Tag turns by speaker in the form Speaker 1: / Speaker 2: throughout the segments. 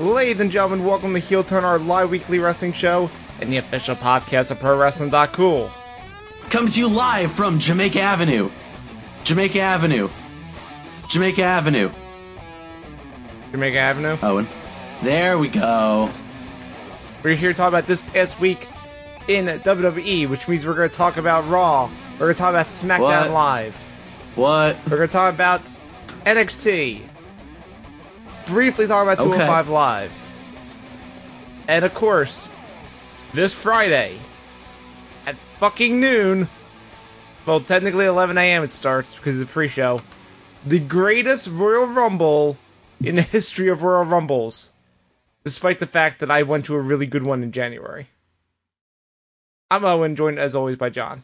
Speaker 1: Ladies and gentlemen, welcome to Heel Turn, our live weekly wrestling show and the official podcast of ProWrestling.cool.
Speaker 2: Coming to you live from Jamaica Avenue. Jamaica Avenue. Jamaica Avenue.
Speaker 1: Jamaica Avenue.
Speaker 2: Owen. There we go.
Speaker 1: We're here to talk about this past week in WWE, which means we're going to talk about Raw. We're going to talk about SmackDown
Speaker 2: What?
Speaker 1: Live.
Speaker 2: What?
Speaker 1: We're going to talk about NXT. Briefly talk about
Speaker 2: Okay.
Speaker 1: 205 Live. And of course, this Friday at fucking noon, well, technically 11 a.m. it starts because it's a pre show, the greatest Royal Rumble in the history of Royal Rumbles, despite the fact that I went to a really good one in January. I'm Owen, joined as always by John.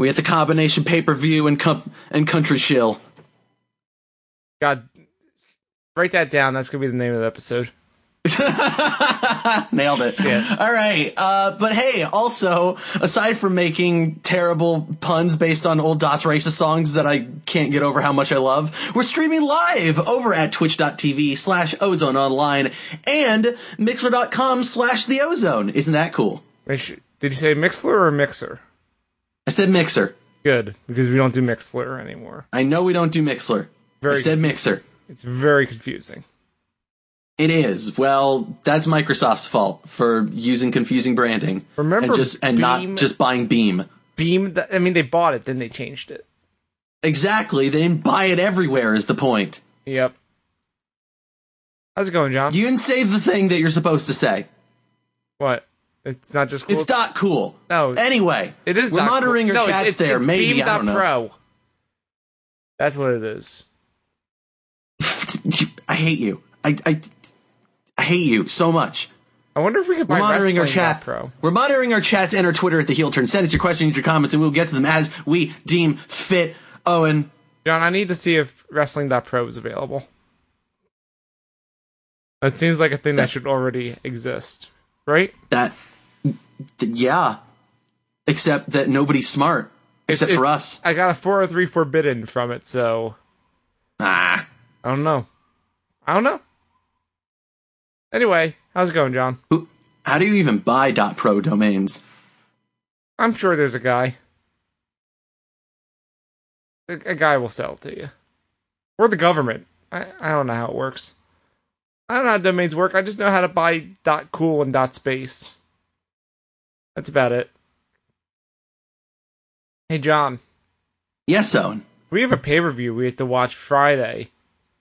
Speaker 2: We had the combination pay per view and com- and country shill.
Speaker 1: God, write that down. That's gonna be the name of the episode.
Speaker 2: Nailed it. All right. Uh, but hey, also, aside from making terrible puns based on old DOS Racist songs that I can't get over how much I love, we're streaming live over at twitch.tv slash ozone online and mixer.com slash the ozone. Isn't that cool?
Speaker 1: Wait, sh- Did you say Mixler or Mixer?
Speaker 2: I said mixer.
Speaker 1: Good, because we don't do Mixler anymore.
Speaker 2: I know we don't do Mixler.
Speaker 1: Very
Speaker 2: I said Mixer.
Speaker 1: It's very confusing.
Speaker 2: It is. Well, that's Microsoft's fault for using confusing branding.
Speaker 1: Remember
Speaker 2: and just and
Speaker 1: Beam-
Speaker 2: not just buying Beam.
Speaker 1: Beam. Th- I mean, they bought it, then they changed it.
Speaker 2: Exactly. They didn't buy it everywhere is the point.
Speaker 1: Yep. How's it going, John?
Speaker 2: You didn't say the thing that you're supposed to say.
Speaker 1: what? It's not just cool.
Speaker 2: It's not cool.
Speaker 1: No.
Speaker 2: Anyway,
Speaker 1: it is.
Speaker 2: We're
Speaker 1: not
Speaker 2: monitoring
Speaker 1: cool. no,
Speaker 2: your chats
Speaker 1: it's, it's,
Speaker 2: there.
Speaker 1: It's
Speaker 2: Maybe
Speaker 1: Beam.
Speaker 2: I don't know.
Speaker 1: Pro. That's what it is.
Speaker 2: I hate you. I, I I hate you so much.
Speaker 1: I wonder if we could buy
Speaker 2: We're monitoring our
Speaker 1: Wrestling
Speaker 2: chat.
Speaker 1: Dot Pro.
Speaker 2: We're monitoring our chats and our Twitter at the heel turn. Send us your questions, your comments, and we'll get to them as we deem fit. Owen,
Speaker 1: John, I need to see if Wrestling.pro is available. That seems like a thing that should already exist, right?
Speaker 2: that th- yeah. Except that nobody's smart except
Speaker 1: it-
Speaker 2: for us.
Speaker 1: I got a 403 Forbidden from it, so
Speaker 2: Ah.
Speaker 1: I don't know. I don't know. Anyway, how's it going, John?
Speaker 2: Who, how do you even buy .pro domains?
Speaker 1: I'm sure there's a guy. A, a guy will sell it to you. Or the government. I, I don't know how it works. I don't know how domains work. I just know how to buy dot .cool and dot .space. That's about it. Hey, John.
Speaker 2: Yes, Owen.
Speaker 1: We have a pay-per-view we have to watch Friday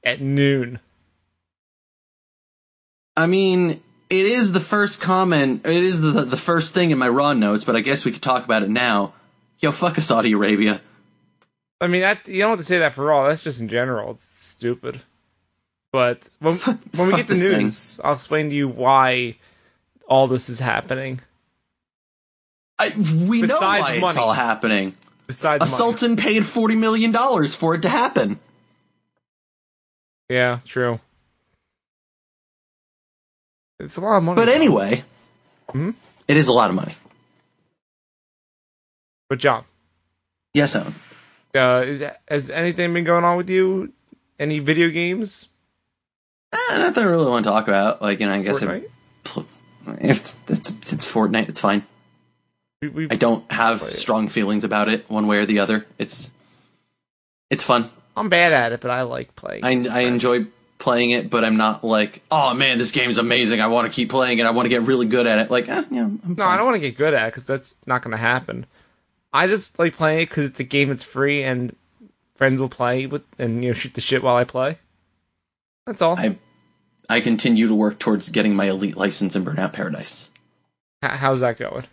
Speaker 1: at noon.
Speaker 2: I mean, it is the first comment. It is the the first thing in my raw notes, but I guess we could talk about it now. Yo, fuck Saudi Arabia.
Speaker 1: I mean, that, you don't have to say that for all. That's just in general. It's stupid. But when, when we
Speaker 2: fuck
Speaker 1: get the
Speaker 2: this thing.
Speaker 1: news, I'll explain to you why all this is happening.
Speaker 2: I, we know
Speaker 1: Besides
Speaker 2: why it's
Speaker 1: money.
Speaker 2: all happening.
Speaker 1: Besides,
Speaker 2: A
Speaker 1: money.
Speaker 2: sultan paid forty million dollars for it to happen.
Speaker 1: Yeah, true. It's a lot of money.
Speaker 2: But anyway,
Speaker 1: Mhm.
Speaker 2: it is a lot of money.
Speaker 1: but John,
Speaker 2: Yes, Owen.
Speaker 1: uh, is, has anything been going on with you? Any video games?
Speaker 2: Eh, nothing I really want to talk about. Like, you know, I guess it-
Speaker 1: Fortnite?
Speaker 2: pl- if it's, it's it's Fortnite, it's fine.
Speaker 1: We, we,
Speaker 2: I don't have strong feelings about it one way or the other. It's it's fun.
Speaker 1: I'm bad at it, but I like playing.
Speaker 2: I,
Speaker 1: with
Speaker 2: I
Speaker 1: friends.
Speaker 2: enjoy playing it, but I'm not like, oh man, this game's amazing. I want to keep playing it. I want to get really good at it. Like, eh, yeah, I'm
Speaker 1: No, I don't want to get good at it because that's not going to happen. I just like playing it because it's a game that's free and friends will play with and you know shoot the shit while I play. That's all.
Speaker 2: I I continue to work towards getting my elite license in Burnout Paradise.
Speaker 1: H- how's that going?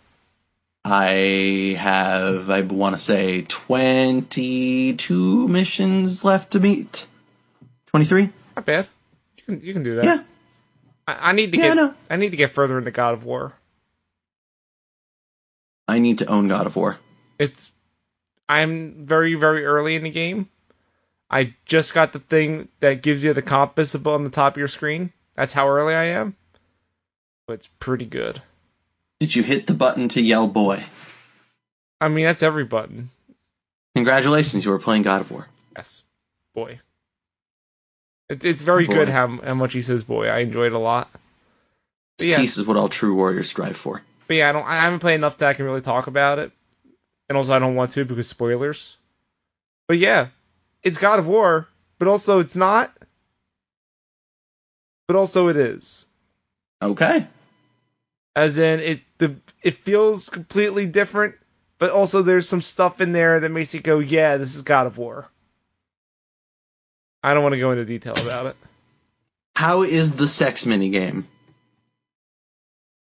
Speaker 2: I have, I want to say, 22 missions left to meet. 23?
Speaker 1: Not bad. You can you can do that.
Speaker 2: Yeah.
Speaker 1: I, I need to
Speaker 2: Yeah, I
Speaker 1: get
Speaker 2: know.
Speaker 1: I need to get further into God of War.
Speaker 2: I need to own God of War.
Speaker 1: It's I'm very very early in the game. I just got the thing that gives you the compass up on the top of your screen. That's how early I am. But it's pretty good.
Speaker 2: Did you hit the button to yell boy?
Speaker 1: I mean, that's every button.
Speaker 2: Congratulations, you were playing God of War.
Speaker 1: Yes, boy. It, it's very
Speaker 2: Boy.
Speaker 1: good how, how much he says boy. I enjoy it a lot. But yeah,
Speaker 2: Peace is what all true warriors strive for.
Speaker 1: but yeah, I don't. I haven't played enough that I can really talk about it, and also I don't want to because spoilers. But yeah, it's God of War, but also it's not. But also it is.
Speaker 2: Okay.
Speaker 1: as in it the it feels completely different but also there's some stuff in there that makes you go yeah this is god of war i don't want to go into detail about it
Speaker 2: How is the sex minigame?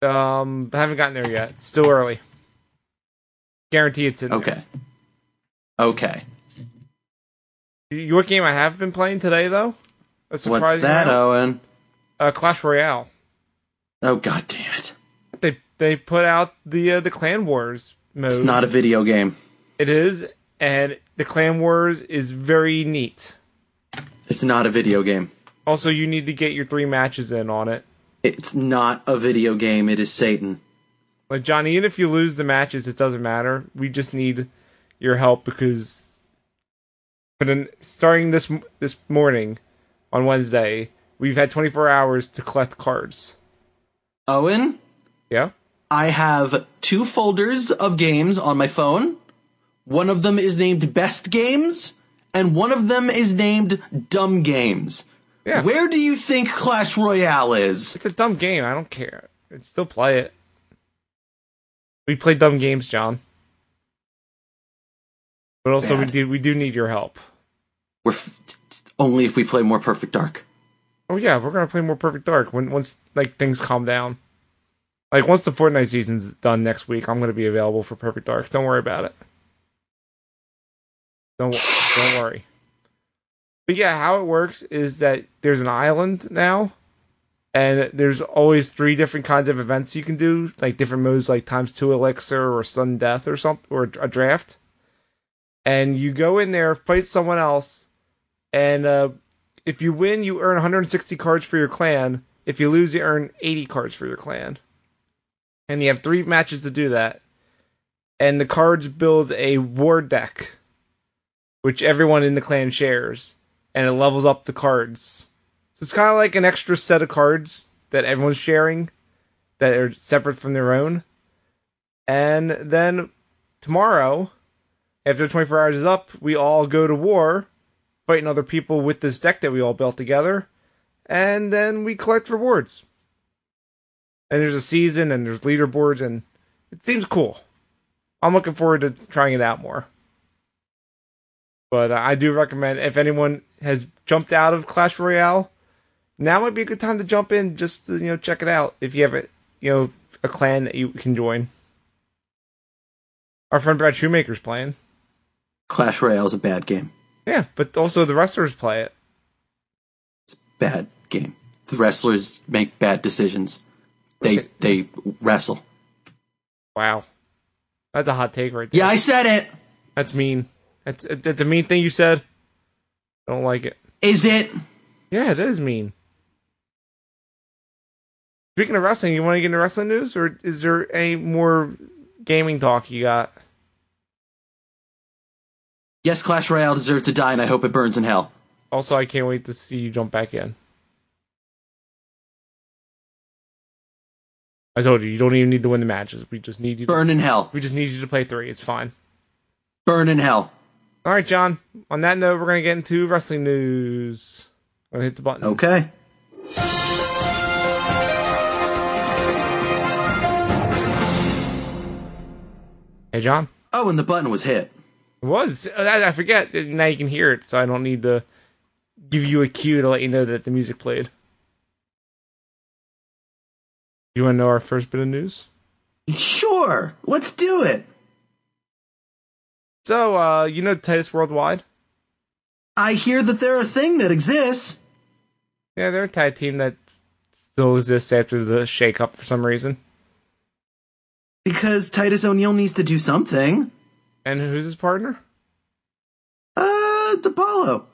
Speaker 1: um I haven't gotten there yet it's still early guarantee it's in
Speaker 2: Okay. Okay.
Speaker 1: there. you know what game i have been playing today though that's
Speaker 2: What's that, Owen?
Speaker 1: uh, clash royale
Speaker 2: Oh god damn it.
Speaker 1: they they put out the uh, the clan wars mode
Speaker 2: It's not a video game.
Speaker 1: it is and the clan wars is very neat
Speaker 2: It's not a video game.
Speaker 1: also you need to get your three matches in on it
Speaker 2: It's not a video game. It is Satan.
Speaker 1: Like Johnny, even if you lose the matches, it doesn't matter. We just need your help because, but in, starting this m- this morning, on Wednesday, we've had 24 hours to collect cards.
Speaker 2: Owen,
Speaker 1: Yeah,
Speaker 2: I have two folders of games on my phone. One of them is named Best Games, and one of them is named Dumb Games.
Speaker 1: Yeah.
Speaker 2: Where do you think Clash Royale is?
Speaker 1: it's a dumb game. I don't care. I'd still play it. We play dumb games, John. But also, we
Speaker 2: Bad.
Speaker 1: do we do need your help.
Speaker 2: We're f- only if we play more Perfect Dark.
Speaker 1: Oh yeah, we're gonna play more Perfect Dark when once like things calm down. Like once the Fortnite season's done next week, I'm gonna be available for Perfect Dark. Don't worry about it. Don't don't worry. But yeah, how it works is that there's an island now, and there's always three different kinds of events you can do, like different moves, like times two elixir or sudden death or something, or a draft. And you go in there, fight someone else, and uh, if you win, you earn 160 cards for your clan. If you lose, you earn 80 cards for your clan. And you have three matches to do that. And the cards build a war deck, which everyone in the clan shares, and it levels up the cards. So it's kind of like an extra set of cards that everyone's sharing that are separate from their own. And then tomorrow, after 24 hours is up, we all go to war fighting other people with this deck that we all built together, and then we collect rewards. And there's a season, and there's leaderboards, and it seems cool. I'm looking forward to trying it out more. But uh, I do recommend if anyone has jumped out of Clash Royale, now might be a good time to jump in just to you know check it out if you have a you know a clan that you can join. Our friend Brad Shoemaker's playing.
Speaker 2: Clash Royale is a bad game.
Speaker 1: Yeah, but also the wrestlers play it.
Speaker 2: Bad game. The wrestlers make bad decisions. They they wrestle.
Speaker 1: Wow, that's a hot take right there.
Speaker 2: Yeah, I said it.
Speaker 1: that's mean. That's that's a mean thing you said. Don't like it.
Speaker 2: Is it?
Speaker 1: Yeah, it is mean. Speaking of wrestling, you want to get into wrestling news, or is there any more gaming talk you got?
Speaker 2: Yes, Clash Royale deserves to die, and I hope it burns in hell.
Speaker 1: Also, I can't wait to see you jump back in. I told you, you don't even need to win the matches. We just need you. To,
Speaker 2: Burn in hell.
Speaker 1: we just need you to play three. It's fine.
Speaker 2: Burn in hell.
Speaker 1: All right, John. On that note, we're gonna get into wrestling news. I'm gonna hit the button.
Speaker 2: Okay.
Speaker 1: Hey, John.
Speaker 2: Oh, and the button was hit.
Speaker 1: It was. Uh, I, I forget. Now you can hear it, so I don't need to give you a cue to let you know that the music played. You want to know our first bit of news?
Speaker 2: Sure, let's do it.
Speaker 1: So, uh, you know Titus Worldwide?
Speaker 2: I hear that they're a thing that exists.
Speaker 1: Yeah, they're a tag team that still exists after the shakeup for some reason.
Speaker 2: Because Titus O'Neil needs to do something.
Speaker 1: And who's his partner?
Speaker 2: Uh, Apollo.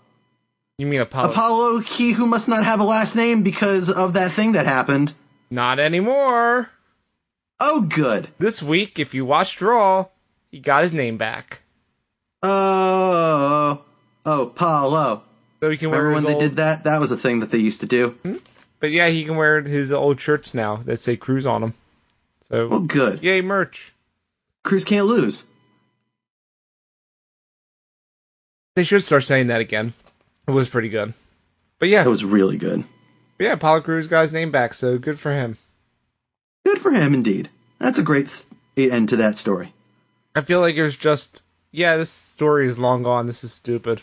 Speaker 1: You mean Apollo?
Speaker 2: Apollo, he who must not have a last name because of that thing that happened.
Speaker 1: Not anymore.
Speaker 2: Oh, good.
Speaker 1: This week, if you watched Raw, he got his name back.
Speaker 2: Oh, oh, Apollo.
Speaker 1: So he can wear
Speaker 2: Remember
Speaker 1: his
Speaker 2: Oh, when they
Speaker 1: old-
Speaker 2: did that? That was a thing that they used to do.
Speaker 1: But yeah, he can wear his old shirts now that say Cruise on them. So
Speaker 2: Well, good.
Speaker 1: yay merch.
Speaker 2: Cruz can't lose.
Speaker 1: They should start saying that again. It was pretty good. But yeah,
Speaker 2: That was really good.
Speaker 1: yeah, Apollo Crews got his name back, so good for him.
Speaker 2: Good for him, indeed. That's a great th- end to that story.
Speaker 1: I feel like it was just yeah, this story is long gone. This is stupid.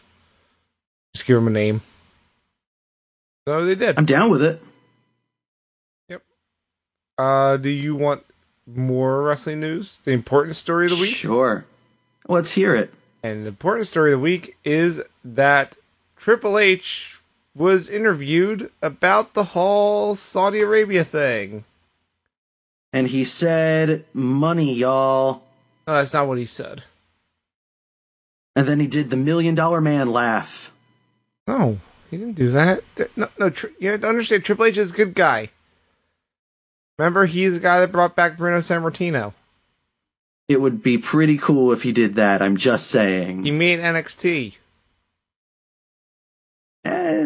Speaker 1: Just give him a name. So they did.
Speaker 2: I'm down with it.
Speaker 1: Uh, do you want more wrestling news? The important story of the week?
Speaker 2: Sure. Let's hear it.
Speaker 1: And the important story of the week is that Triple H was interviewed about the whole Saudi Arabia thing.
Speaker 2: And he said, money, y'all.
Speaker 1: No, that's not what he said.
Speaker 2: And then he did the million dollar man laugh.
Speaker 1: No, he didn't do that. Th- No, no tri- you have to understand, Triple H is a good guy. Remember, he's the guy that brought back Bruno Sammartino.
Speaker 2: It would be pretty cool if he did that, I'm just saying.
Speaker 1: You mean NXT?
Speaker 2: Eh,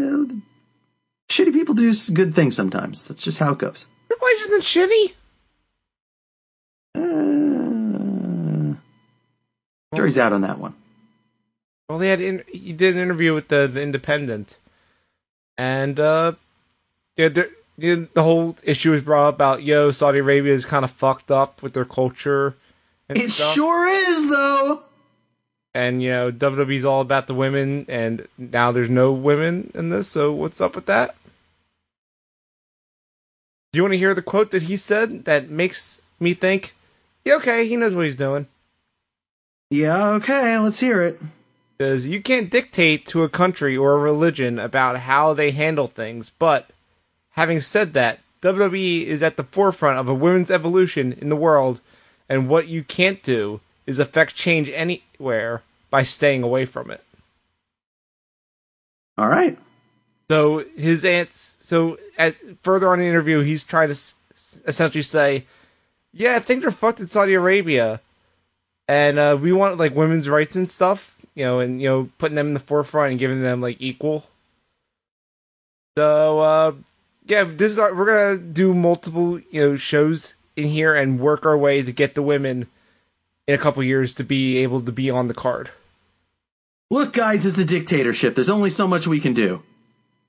Speaker 2: shitty people do s- good things sometimes. That's just how it goes.
Speaker 1: Triple H isn't shitty.
Speaker 2: Uh, jury's out on that one.
Speaker 1: Well, they had in, he did an interview with the, the Independent, and uh, yeah, the, the the whole issue was brought up about yo Saudi Arabia is kind of fucked up with their culture. And
Speaker 2: It
Speaker 1: stuff.
Speaker 2: sure is, though.
Speaker 1: and you know WWE's all about the women, and now there's no women in this. So what's up with that? Do you want to hear the quote that he said that makes me think, yeah, okay, he knows what he's doing.
Speaker 2: Yeah, okay, let's hear it.
Speaker 1: Says you can't dictate to a country or a religion about how they handle things, but having said that, WWE is at the forefront of a women's evolution in the world, and what you can't do is affect change anywhere by staying away from it.
Speaker 2: All right.
Speaker 1: So his aunt's so at, further on in the interview, he's trying to s- s- essentially say, "Yeah, things are fucked in Saudi Arabia, and uh, we want like women's rights and stuff, you know, and you know, putting them in the forefront and giving them like equal." So uh, yeah, this is our, we're gonna do multiple you know shows in here and work our way to get the women in a couple years to be able to be on the card.
Speaker 2: Look, guys, it's a dictatorship. There's only so much we can do.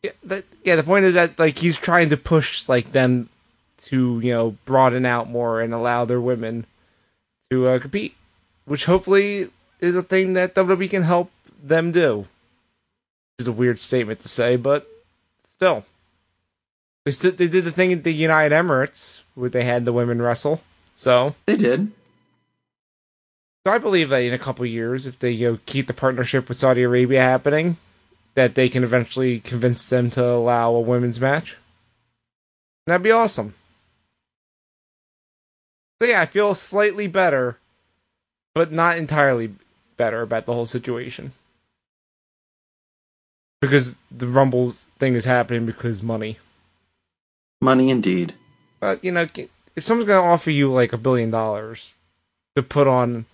Speaker 1: yeah, that, yeah, the point is that like he's trying to push like them to you know broaden out more and allow their women to uh, compete, which hopefully is a thing that WWE can help them do. Is a weird statement to say, but still, they said they did the thing at the United Emirates where they had the women wrestle. So,
Speaker 2: They did.
Speaker 1: so I believe that in a couple years, if they you know, keep the partnership with Saudi Arabia happening, that they can eventually convince them to allow a women's match. And that'd be awesome. So yeah, I feel slightly better, but not entirely better about the whole situation. Because the Rumble thing is happening because money.
Speaker 2: Money indeed.
Speaker 1: But you know, if someone's gonna offer you like a billion dollars to put on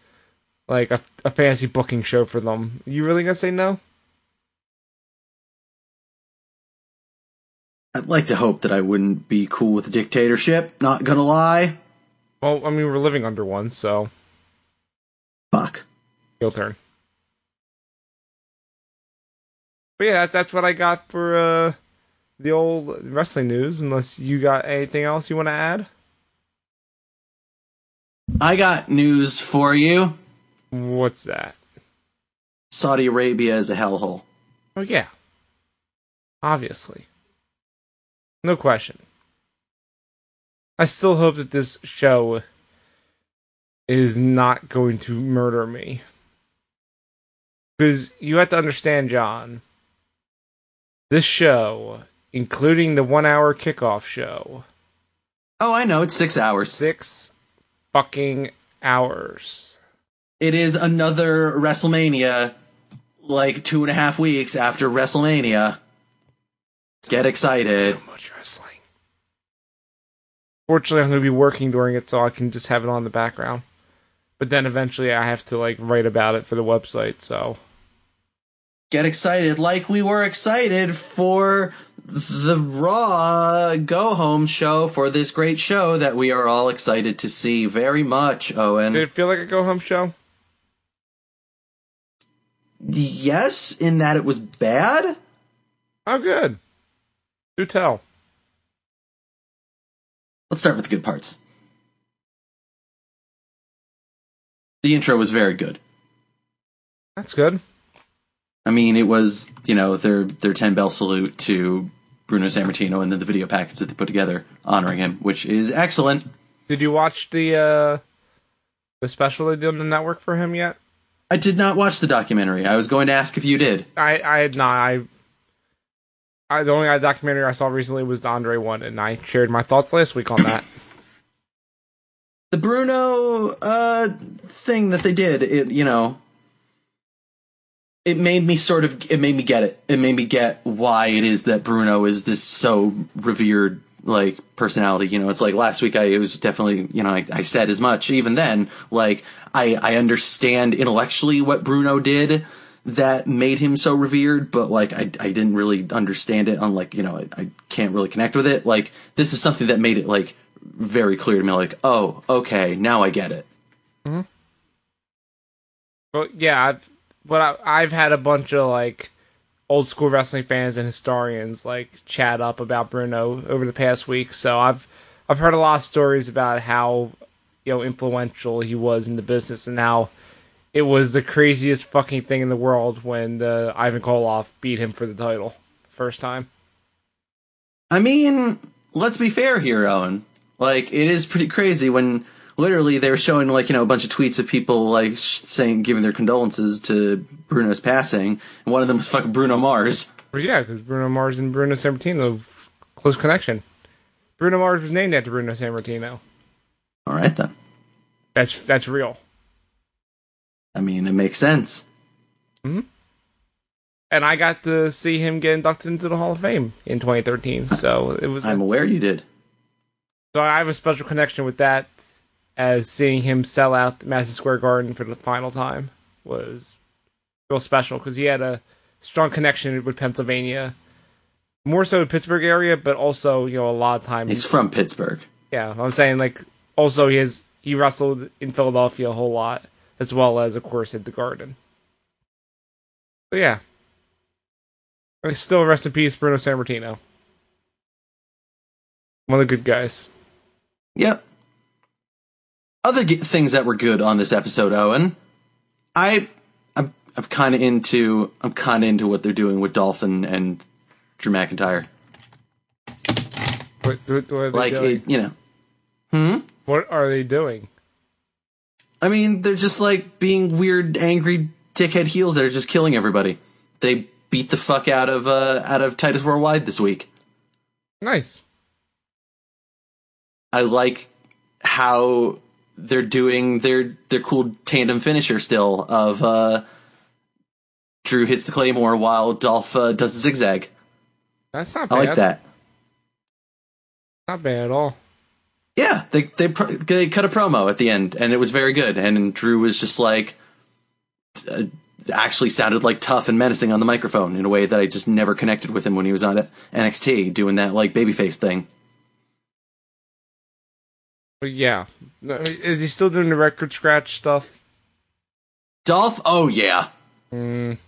Speaker 1: like a, a fancy booking show for them, you really gonna say no?
Speaker 2: I'd like to hope that I wouldn't be cool with a dictatorship. Not gonna lie.
Speaker 1: Well, I mean, we're living under one, so
Speaker 2: Fuck.
Speaker 1: your turn. But yeah, that's, that's what I got for uh, the old wrestling news. Unless you got anything else you want to add?
Speaker 2: I got news for you.
Speaker 1: What's that?
Speaker 2: Saudi Arabia is a hellhole.
Speaker 1: Oh yeah, obviously, no question. I still hope that this show is not going to murder me, because you have to understand, John. This show, including the one-hour kickoff show,
Speaker 2: Oh, I know, it's six hours.
Speaker 1: six fucking hours.
Speaker 2: It is another WrestleMania, like two and a half weeks after WrestleMania. Get excited.
Speaker 1: so much wrestling. Fortunately, I'm going to be working during it, so I can just have it on the background. But then eventually, I have to like write about it for the website. So
Speaker 2: Get excited like we were excited for the Raw Go Home show for this great show that we are all excited to see very much, Owen.
Speaker 1: Did it feel like a go home show?
Speaker 2: Yes, in that it was bad.
Speaker 1: Oh, good. Do tell.
Speaker 2: Let's start with the good parts. The intro was very good.
Speaker 1: That's good.
Speaker 2: I mean, it was you know their their ten bell salute to Bruno Sammartino, and then the video package that they put together honoring him, which is excellent.
Speaker 1: Did you watch the uh the special they did on the network for him yet?
Speaker 2: I did not watch the documentary. I was going to ask if you did.
Speaker 1: I I had not. I I the only documentary I saw recently was the Andre one, and I shared my thoughts last week on that.
Speaker 2: The Bruno uh thing that they did, it you know, it made me sort of it made me get it. It made me get why it is that Bruno is this so revered like personality. You know, it's like last week I it was definitely you know I, I said as much even then. Like I I understand intellectually what Bruno did that made him so revered, but like I I didn't really understand it. On like you know I, I can't really connect with it. Like this is something that made it like very clear to me. Like oh okay now I get it.
Speaker 1: But yeah, I've, but I, I've had a bunch of like old school wrestling fans and historians like chat up about Bruno over the past week. So I've I've heard a lot of stories about how you know influential he was in the business and how it was the craziest fucking thing in the world when uh, Ivan Koloff beat him for the title first time.
Speaker 2: I mean, let's be fair here, Owen. Like, it is pretty crazy when literally they were showing, like, you know, a bunch of tweets of people, like, sh- saying, giving their condolences to Bruno's passing. And one of them was fucking Bruno Mars.
Speaker 1: But yeah, because Bruno Mars and Bruno Sammartino have close connection. Bruno Mars was named after Bruno Sammartino.
Speaker 2: All right, then.
Speaker 1: That's that's real.
Speaker 2: I mean, it makes sense.
Speaker 1: And I got to see him get inducted into the Hall of Fame in 2013. So it was
Speaker 2: I'm aware you did.
Speaker 1: So I have a special connection with that, as seeing him sell out the Madison Square Garden for the final time was real special because he had a strong connection with Pennsylvania, more so the Pittsburgh area, but also you know a lot of times
Speaker 2: He's from Pittsburgh.
Speaker 1: yeah, I'm saying like also he has he wrestled in Philadelphia a whole lot as well as of course at the Garden. So yeah, I still rest in peace, Bruno Sammartino. One of the good guys.
Speaker 2: Yep. Other g- things that were good on this episode, Owen. I, I'm, I'm kind of into, I'm kind of into what they're doing with Dolphin and Drew McIntyre.
Speaker 1: What, what, what are they
Speaker 2: Like,
Speaker 1: doing?
Speaker 2: it, you know,
Speaker 1: what are they doing?
Speaker 2: I mean, they're just like being weird, angry dickhead heels that are just killing everybody. They beat the fuck out of uh, out of Titus Worldwide this week.
Speaker 1: Nice.
Speaker 2: I like how they're doing their their cool tandem finisher still of uh, Drew hits the claymore while Dolph uh, does the zigzag.
Speaker 1: That's not
Speaker 2: I
Speaker 1: bad.
Speaker 2: like that.
Speaker 1: Not bad at all.
Speaker 2: Yeah, they they pro- they cut a promo at the end, and it was very good. And Drew was just like, uh, actually sounded like tough and menacing on the microphone in a way that I just never connected with him when he was on NXT doing that like babyface thing.
Speaker 1: But yeah, No, is he still doing the record scratch stuff?
Speaker 2: Dolph, oh yeah,
Speaker 1: Mm,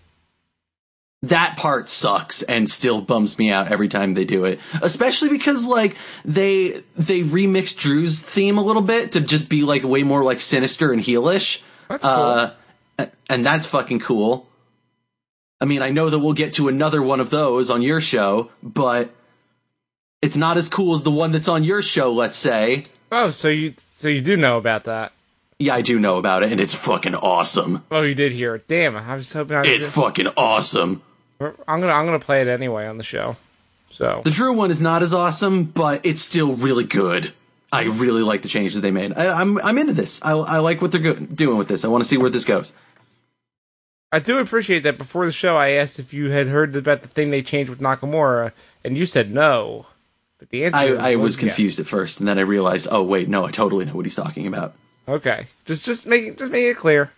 Speaker 2: that part sucks and still bums me out every time they do it. Especially because like they they remix Drew's theme a little bit to just be like way more like sinister and heelish.
Speaker 1: That's cool.
Speaker 2: Uh, a- and that's fucking cool. I mean, I know that we'll get to another one of those on your show, but it's not as cool as the one that's on your show, let's say.
Speaker 1: oh, so you so you do know about that?
Speaker 2: Yeah, I do know about it and it's fucking awesome.
Speaker 1: Oh, you did hear it. Damn, I was hoping I.
Speaker 2: It's fucking awesome.
Speaker 1: I'm gonna I'm gonna play it anyway on the show. So
Speaker 2: The Drew one is not as awesome, but it's still really good. I really like the changes they made. I, I'm I'm into this. I, I like what they're go- doing with this. I want to see where this goes.
Speaker 1: I do appreciate that. Before the show, I asked if you had heard about the thing they changed with Nakamura, and you said no. But the answer
Speaker 2: I, I was
Speaker 1: yes.
Speaker 2: confused at first, and then I realized, oh wait, no, I totally know what he's talking about.
Speaker 1: Okay, just just make just make it clear.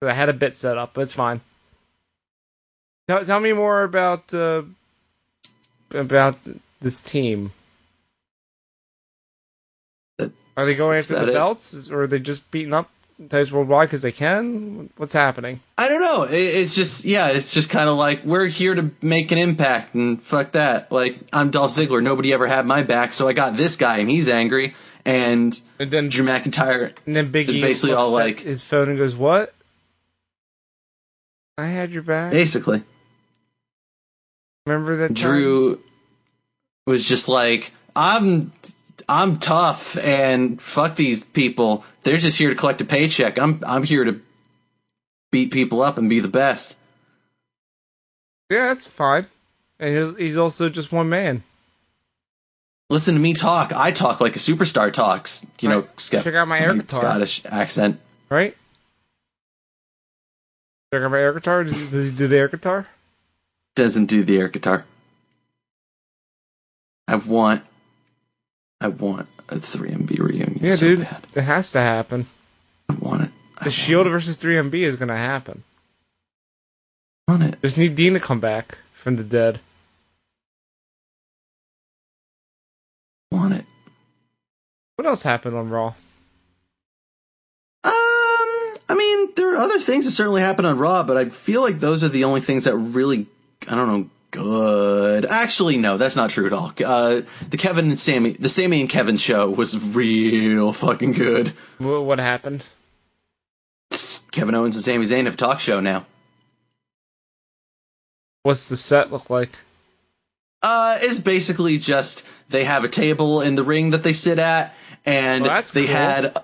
Speaker 1: 'Cause I had a bit set up, but it's fine. Tell, tell me more about uh, about this team? Are they going
Speaker 2: That's
Speaker 1: after the
Speaker 2: about it.
Speaker 1: belts, or are they just beating up Titus Worldwide because they can? What's happening?
Speaker 2: I don't know. It, it's just yeah, it's just kind of like we're here to make an impact and fuck that. Like I'm Dolph Ziggler. Nobody ever had my back, so I got this guy and he's angry. And
Speaker 1: And then
Speaker 2: Drew McIntyre.
Speaker 1: and then Big
Speaker 2: is
Speaker 1: E
Speaker 2: basically
Speaker 1: looks
Speaker 2: all
Speaker 1: at
Speaker 2: like-
Speaker 1: his phone and goes, "What? I had your back.
Speaker 2: Basically,
Speaker 1: Remember that time?"
Speaker 2: Drew was just like I'm. I'm tough and fuck these people. They're just here to collect a paycheck. I'm I'm here to beat people up and be the best.
Speaker 1: Yeah, that's fine. And he's, he's also just one man.
Speaker 2: Listen to me talk. I talk like a superstar talks. You know,
Speaker 1: Right.
Speaker 2: Scott,
Speaker 1: Check out my air guitar.
Speaker 2: Scottish accent.
Speaker 1: right? Talking about air guitar? Does he, does he do the air guitar?
Speaker 2: doesn't do the air guitar. I want, I want a 3MB reunion.
Speaker 1: Yeah,
Speaker 2: so
Speaker 1: dude.
Speaker 2: Bad.
Speaker 1: It has to happen.
Speaker 2: I want it. I
Speaker 1: The
Speaker 2: want
Speaker 1: Shield versus 3MB is going to happen.
Speaker 2: it. I want it.
Speaker 1: Just need Dean to come back from the dead.
Speaker 2: I want it.
Speaker 1: What else happened on Raw?
Speaker 2: Um, I mean, there are other things that certainly happened on Raw, but I feel like those are the only things that really, I don't know, good. Actually, no, that's not true at all. Uh, the Kevin and Sammy, the Sammy and Kevin show was real fucking good.
Speaker 1: What, what happened?
Speaker 2: Kevin Owens and Sami Zayn have a talk show now.
Speaker 1: What's the set look like?
Speaker 2: Uh, it's basically just they have a table in the ring that they sit at, and
Speaker 1: Well, that's
Speaker 2: they
Speaker 1: cool.
Speaker 2: had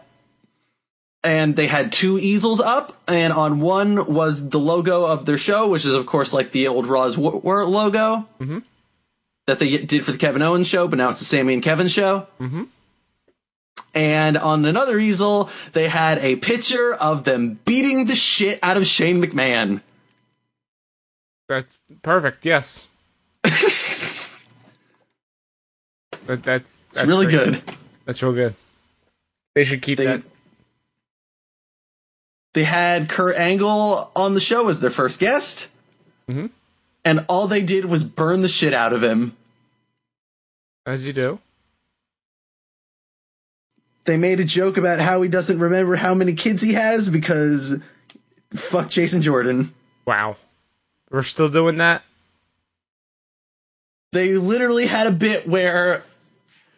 Speaker 2: and they had two easels up, and on one was the logo of their show, which is of course like the old Raw's War, War logo
Speaker 1: Mhm.
Speaker 2: that they did for the Kevin Owens show, but now it's the Sammy and Kevin show.
Speaker 1: Mhm.
Speaker 2: And on another easel, they had a picture of them beating the shit out of Shane McMahon.
Speaker 1: That's perfect. Yes. That, that's, that's
Speaker 2: it's really
Speaker 1: great.
Speaker 2: good.
Speaker 1: That's real good. They should keep
Speaker 2: They-
Speaker 1: that.
Speaker 2: They had Kurt Angle on the show as their first guest.
Speaker 1: Mhm.
Speaker 2: And all they did was burn the shit out of him.
Speaker 1: As you do.
Speaker 2: They made a joke about how he doesn't remember how many kids he has because fuck Jason Jordan.
Speaker 1: Wow. We're still doing that?
Speaker 2: They literally had a bit where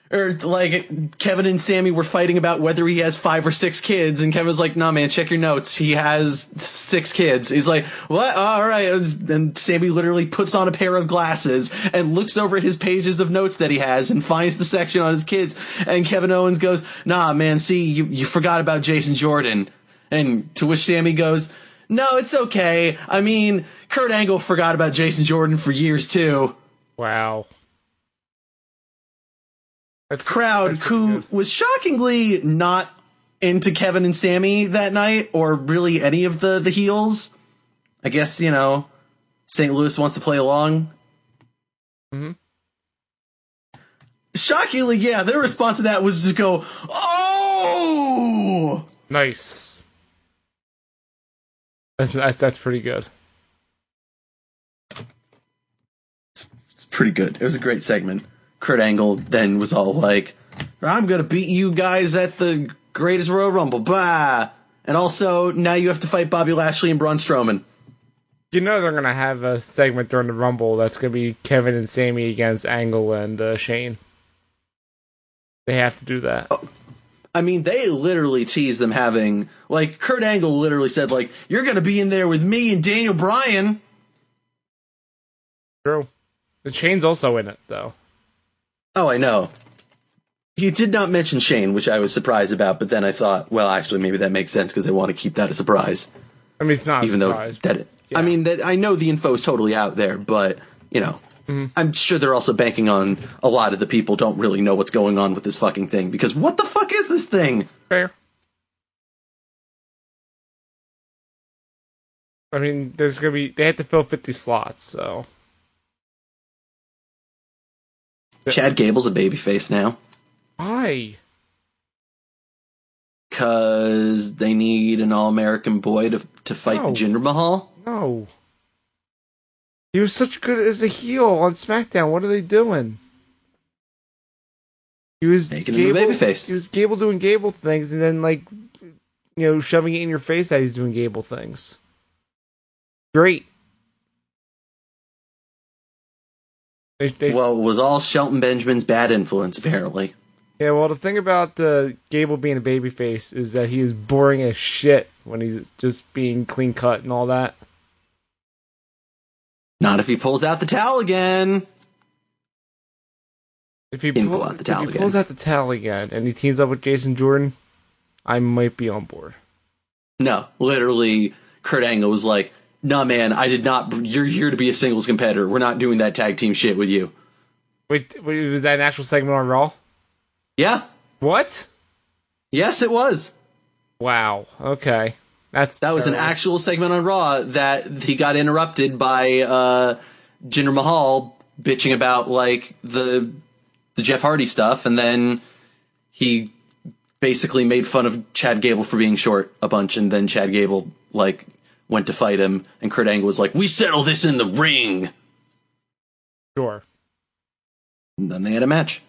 Speaker 2: or like Kevin and Sammy were fighting about whether he has five or six kids, and Kevin's like, "Nah, man, check your notes. He has six kids." He's like, "What? All right." And Sammy literally puts on a pair of glasses and looks over his pages of notes that he has and finds the section on his kids. And Kevin Owens goes, "Nah, man, see, you you forgot about Jason Jordan." And to which Sammy goes, "No, it's okay. I mean, Kurt Angle forgot about Jason Jordan for years too."
Speaker 1: Wow. That's
Speaker 2: crowd
Speaker 1: that's pretty
Speaker 2: who
Speaker 1: good.
Speaker 2: was shockingly not into Kevin and Sammy that night, or really any of the the heels. I guess you know, St. Louis wants to play along.
Speaker 1: Mhm.
Speaker 2: Shockingly, yeah, their response to that was to go, "Oh."
Speaker 1: Nice. That's, that's that's pretty good.
Speaker 2: It's pretty good. It was a great segment. Kurt Angle then was all like, I'm going to beat you guys at the greatest Royal Rumble. Bah. And also, now you have to fight Bobby Lashley and Braun Strowman.
Speaker 1: You know they're gonna have a segment during the Rumble that's gonna be Kevin and Sammy against Angle and uh, Shane. They have to do that.
Speaker 2: Oh. I mean, they literally teased them having, like, Kurt Angle literally said, like, you're going to be in there with me and Daniel Bryan.
Speaker 1: True. The chain's also in it though.
Speaker 2: Oh, I know. He did not mention Shane, which I was surprised about, but then I thought, well, actually, maybe that makes sense because they want to keep that a surprise.
Speaker 1: I mean, it's not
Speaker 2: even
Speaker 1: a
Speaker 2: though
Speaker 1: surprise.
Speaker 2: that
Speaker 1: yeah.
Speaker 2: I mean that I know the info is totally out there, but you know,
Speaker 1: Mm-hmm.
Speaker 2: I'm sure they're also banking on a lot of the people don't really know what's going on with this fucking thing because what the fuck is this thing?
Speaker 1: fair. I mean, there's gonna be they have to fill fifty slots, so Yeah.
Speaker 2: Chad Gable's a babyface now
Speaker 1: why?
Speaker 2: because they need an all-American boy to to fight
Speaker 1: No.
Speaker 2: Jinder Mahal.
Speaker 1: No. He was such good as a heel on SmackDown. What are they doing? He was
Speaker 2: Making him a babyface.
Speaker 1: He was Gable doing Gable things, and then like, you know, shoving it in your face that he's doing Gable things. Great. They, they,
Speaker 2: Well, it was all Shelton Benjamin's bad influence, apparently.
Speaker 1: yeah, well, the thing about uh, Gable being a babyface is that he is boring as shit when he's just being clean cut and all that.
Speaker 2: Not if he pulls out the towel again.
Speaker 1: If he,
Speaker 2: Didn't
Speaker 1: pull-
Speaker 2: pull out the
Speaker 1: if
Speaker 2: towel
Speaker 1: he
Speaker 2: again.
Speaker 1: pulls out the towel again and he teams up with Jason Jordan, I might be on board.
Speaker 2: No, literally, Kurt Angle was like, "No, man, I did not. You're here to be a singles competitor. We're not doing that tag team shit with you."
Speaker 1: Wait, wait was that an actual segment on Raw?
Speaker 2: Yeah,
Speaker 1: What?
Speaker 2: yes, it was.
Speaker 1: Wow. Okay. That's
Speaker 2: That was an
Speaker 1: terrible.
Speaker 2: actual segment on Raw that he got interrupted by uh, Jinder Mahal bitching about like the the Jeff Hardy stuff, and then he basically made fun of Chad Gable for being short a bunch, and then Chad Gable like went to fight him, and Kurt Angle was like, "We settle this in the ring,"
Speaker 1: Sure.
Speaker 2: and then they had a match.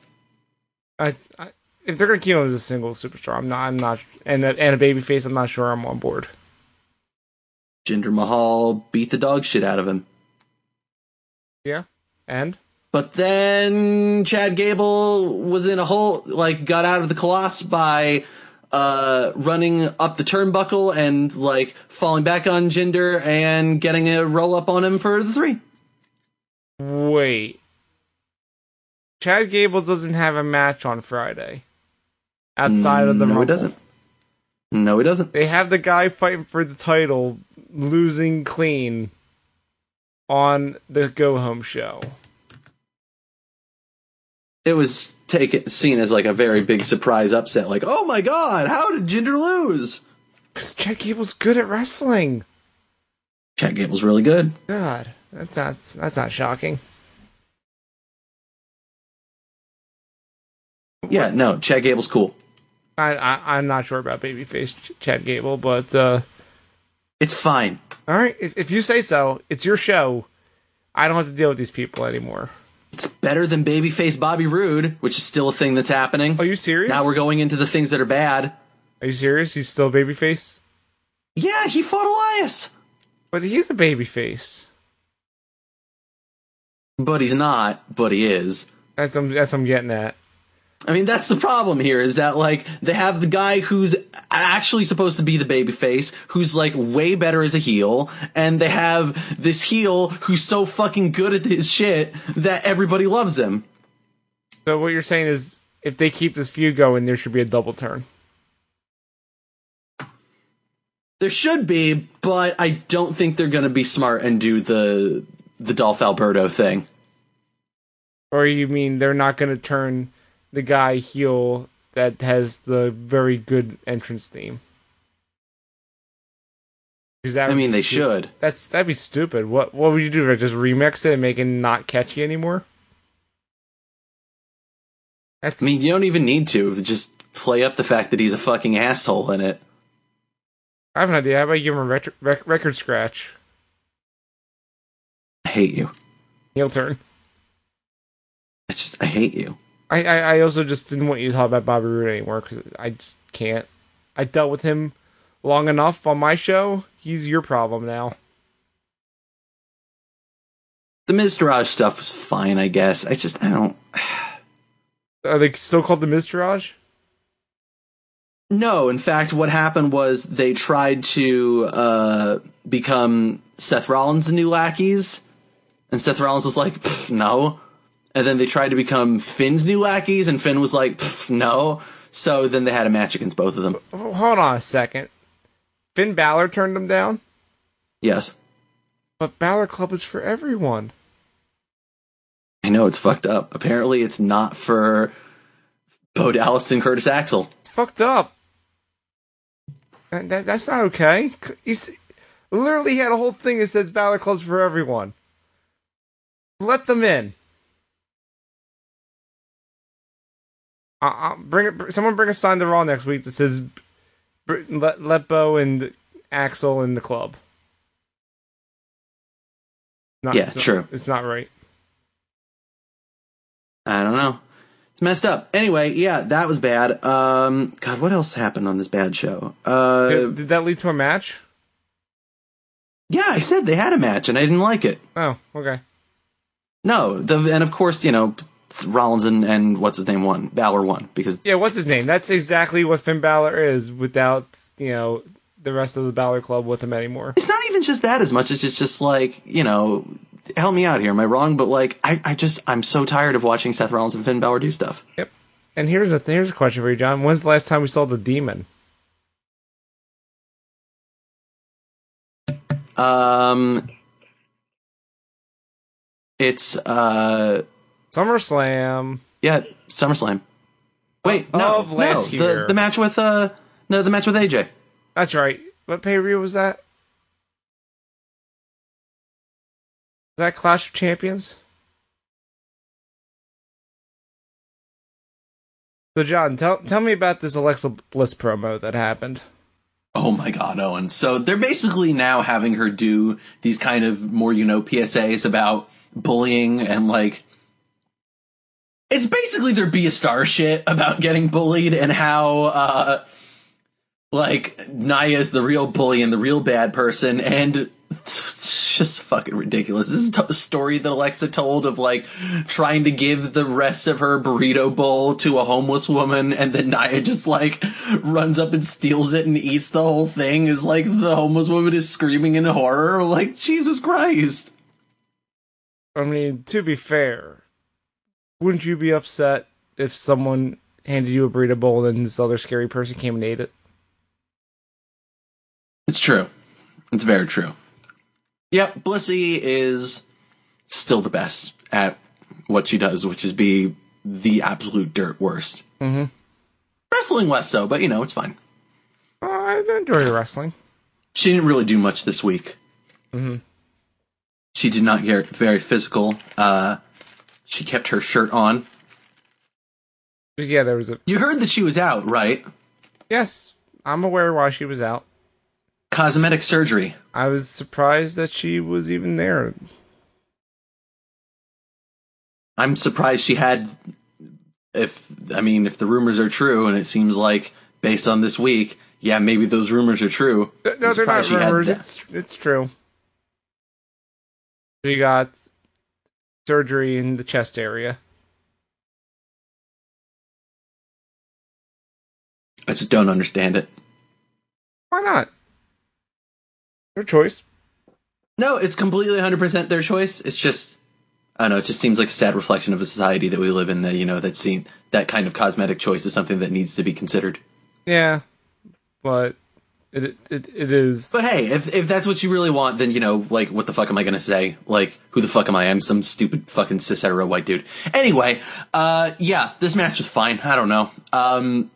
Speaker 1: I, I, if they're gonna keep him as a single superstar, I'm not. I'm not. And a, and a babyface, I'm not sure I'm on board.
Speaker 2: Jinder Mahal beat the dog shit out of him.
Speaker 1: Yeah. And
Speaker 2: But then Chad Gable was in a hole, like got out of the Colossus by uh, running up the turnbuckle and like falling back on Jinder and getting a roll up on him for the three.
Speaker 1: wait, Chad Gable doesn't have a match on Friday. Outside of the
Speaker 2: no,
Speaker 1: Rumble.
Speaker 2: he doesn't. No, he doesn't.
Speaker 1: They have the guy fighting for the title losing clean on the Go Home show.
Speaker 2: It was taken seen as like a very big surprise upset. Like, oh my god, how did Jinder lose?
Speaker 1: Because Chad Gable's good at wrestling.
Speaker 2: Chad Gable's really good.
Speaker 1: God, that's not that's not shocking.
Speaker 2: Yeah, no, Chad Gable's cool.
Speaker 1: I, I I'm not sure about babyface Ch- Chad Gable, but uh,
Speaker 2: It's fine.
Speaker 1: all right, if, if you say so, it's your show. I don't have to deal with these people anymore.
Speaker 2: It's better than babyface Bobby Roode, which is still a thing that's happening.
Speaker 1: Are you serious?
Speaker 2: Now we're going into the things that are bad.
Speaker 1: Are you serious? He's still babyface,
Speaker 2: Yeah, he fought Elias,
Speaker 1: but he's a babyface.
Speaker 2: but he's not. But he is.
Speaker 1: That's what I'm, that's what I'm getting at.
Speaker 2: I mean, that's the problem here is that like they have the guy who's actually supposed to be the babyface, who's like way better as a heel, and they have this heel who's so fucking good at his shit that everybody loves him.
Speaker 1: So what you're saying is, if they keep this feud going, there should be a double turn.
Speaker 2: There should be, but I don't think they're gonna be smart and do the the Dolph Alberto thing.
Speaker 1: Or you mean they're not going to turn the guy heel that has the very good entrance theme? 'Cause that
Speaker 2: I
Speaker 1: would
Speaker 2: mean,
Speaker 1: be
Speaker 2: they
Speaker 1: stu-
Speaker 2: should.
Speaker 1: That's that'd be stupid. What what would you do? Rick? Just remix it and make it not catchy anymore? That's
Speaker 2: I mean, you don't even need to just play up the fact that he's a fucking asshole in it.
Speaker 1: I have an idea. How about you give him a retro, rec- record scratch?
Speaker 2: I hate you.
Speaker 1: Heel turn.
Speaker 2: I just I hate you.
Speaker 1: I, I, I also just didn't want you to talk about Bobby Roode anymore because I just can't. I dealt with him long enough on my show. He's your problem now.
Speaker 2: The Miz Taraj stuff was fine, I guess. I just I don't
Speaker 1: Are they still called the Mistourage?
Speaker 2: No, in fact what happened was they tried to uh become Seth Rollins' new lackeys, and Seth Rollins was like, "Pff, no. And then they tried to become Finn's new lackeys, and Finn was like, "Pff, no. So then they had a match against both of them.
Speaker 1: Ho- Oh, Hold on a second. Finn Balor turned him down,
Speaker 2: Yes.
Speaker 1: but Balor Club is for everyone.
Speaker 2: I know it's fucked up. Apparently it's not for Bo Dallas and Curtis Axel.
Speaker 1: It's fucked up. That, that- that's not okay. C- He's literally he had a whole thing that says Balor Club's for everyone. Let them in. Uh, uh, bring it. br- Someone bring a sign to Raw next week that says br- "Let Let Bo and Axel in the club." Not,
Speaker 2: Yeah,
Speaker 1: it's not-
Speaker 2: true.
Speaker 1: It's not right.
Speaker 2: I don't know. It's messed up. Anyway, yeah, that was bad. Um, God, what else happened on this bad show? Uh,
Speaker 1: Did, did that lead to a match?
Speaker 2: yeah, I said they had a match and I didn't like it.
Speaker 1: Oh, okay.
Speaker 2: No, the and of course you know Rollins and, and what's his name won. Balor won because
Speaker 1: Yeah, what's his name? That's exactly what Finn Balor is without, you know, the rest of the Balor Club with him anymore.
Speaker 2: it's not even just that as much as it's just like you know help me out here. Am I wrong? But like I, I just I'm so tired of watching Seth Rollins and Finn Balor do stuff.
Speaker 1: Yep. And here's a here's a question for you, John. When's the last time we saw the demon?
Speaker 2: Um, it's uh
Speaker 1: SummerSlam.
Speaker 2: yeah SummerSlam. Wait, no,
Speaker 1: Of last
Speaker 2: no,
Speaker 1: year.
Speaker 2: the, the match with uh no the match with AJ.
Speaker 1: That's right. What pay per view was that? Is that Clash of Champions? So John, tell tell me about this Alexa Bliss promo that happened.
Speaker 2: Oh my God, Owen. So they're basically now having her do these kind of more, you know, PSAs about bullying and like. It's basically their be a star shit about getting bullied and how, uh, like, Naya is the real bully and the real bad person and. It's just fucking ridiculous. This is t- a story that Alexa told of like trying to give the rest of her burrito bowl to a homeless woman, and then Naya just like runs up and steals it and eats the whole thing. Is like the homeless woman is screaming in horror, like Jesus Christ.
Speaker 1: I mean, to be fair, wouldn't you be upset if someone handed you a burrito bowl and this other scary person came and ate it?
Speaker 2: It's true. It's very true. Yep, Blissy is still the best at what she does, which is be the absolute dirt worst. Mm-hmm. Wrestling less so, but you know it's fine.
Speaker 1: Uh, I enjoy wrestling.
Speaker 2: she didn't really do much this week. She did not get very physical. Uh, she kept her shirt on.
Speaker 1: But yeah, there was a
Speaker 2: You heard that she was out, right?
Speaker 1: yes. I'm aware why she was out.
Speaker 2: Cosmetic surgery.
Speaker 1: I was surprised that she was even there.
Speaker 2: I'm surprised she had. If I mean, if the rumors are true, and it seems like based on this week, yeah, maybe those rumors are true.
Speaker 1: No,
Speaker 2: I'm
Speaker 1: they're not
Speaker 2: surprised she had
Speaker 1: rumors.
Speaker 2: that.
Speaker 1: It's it's true. She got surgery in the chest area.
Speaker 2: I just don't understand it.
Speaker 1: Why not? Her choice.
Speaker 2: No, it's completely 100% their choice. It's just, I don't know, it just seems like a sad reflection of a society that we live in that, you know, that seen, that kind of cosmetic choice is something that needs to be considered.
Speaker 1: Yeah, but it it it is.
Speaker 2: But hey, if, if that's what you really want, then, you know, like, what the fuck am I gonna say? Like, who the fuck am I? I'm some stupid fucking cis hetero white dude. Anyway, uh, yeah, this match was fine. I don't know. Um,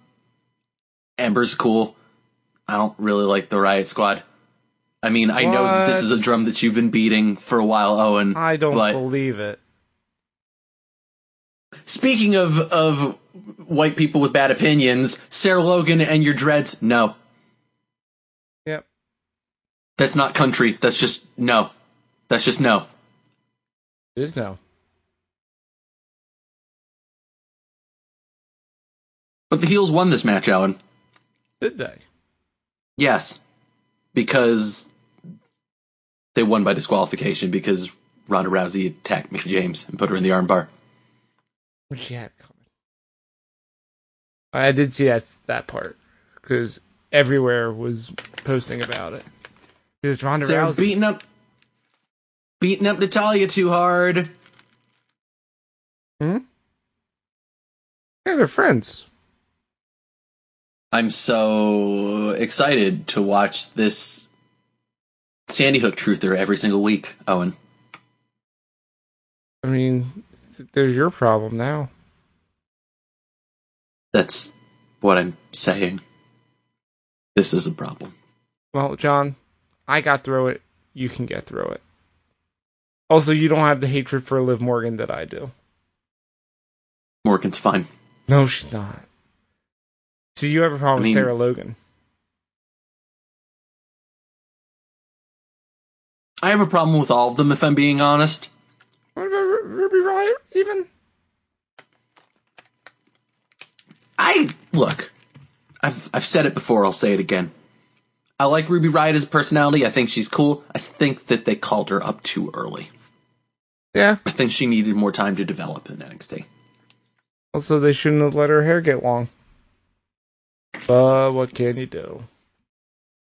Speaker 2: Amber's cool. I don't really like the Riot Squad. I mean, I know that this is
Speaker 1: What?
Speaker 2: a drum that you've been beating for a while, Owen.
Speaker 1: I don't
Speaker 2: but-
Speaker 1: believe it.
Speaker 2: Speaking of of white people with bad opinions, Sarah Logan and your dreads, no.
Speaker 1: Yep.
Speaker 2: That's not country. That's just no. That's just no.
Speaker 1: It is now.
Speaker 2: But the heels won this match, Alan.
Speaker 1: Did they?
Speaker 2: Yes. Because they won by disqualification because Ronda Rousey attacked Mickey James and put her in the armbar.
Speaker 1: What she had coming. I did see that that part because everywhere was posting about it. Because Ronda
Speaker 2: Sarah
Speaker 1: Rousey.
Speaker 2: beating up beating up Natalia too hard.
Speaker 1: yeah, they're friends.
Speaker 2: I'm so excited to watch this Sandy Hook truther every single week, Owen.
Speaker 1: I mean, th- they're your problem now.
Speaker 2: That's what I'm saying. This is a problem.
Speaker 1: Well, John, I got through it. You can get through it. Also, you don't have the hatred for Liv Morgan that I do.
Speaker 2: Morgan's fine.
Speaker 1: No, she's not. So you have a problem
Speaker 2: I mean-
Speaker 1: with Sarah Logan?
Speaker 2: I have a problem with all of them, if I'm being honest.
Speaker 1: Ruby Riot, even?
Speaker 2: I look. I've I've said it before. I'll say it again. I like Ruby Riot as a personality. I think she's cool. I think that they called her up too early.
Speaker 1: Yeah.
Speaker 2: I think she needed more time to develop in NXT.
Speaker 1: Also, they shouldn't have let her hair get long. But what can you do?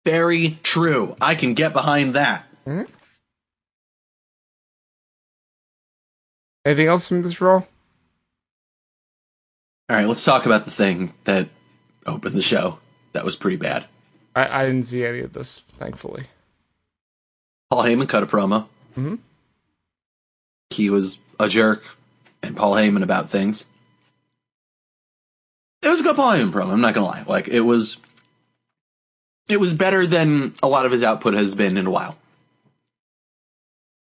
Speaker 2: Very true. I can get behind that.
Speaker 1: Anything else from this Raw?
Speaker 2: All right, let's talk about the thing that opened the show. That was pretty bad.
Speaker 1: I, I didn't see any of this, thankfully.
Speaker 2: Paul Heyman cut a promo.
Speaker 1: Mhm.
Speaker 2: He was a jerk, and Paul Heyman about things. It was a good Paul Heyman promo. I'm not gonna lie. Like it was, it was better than a lot of his output has been in a while.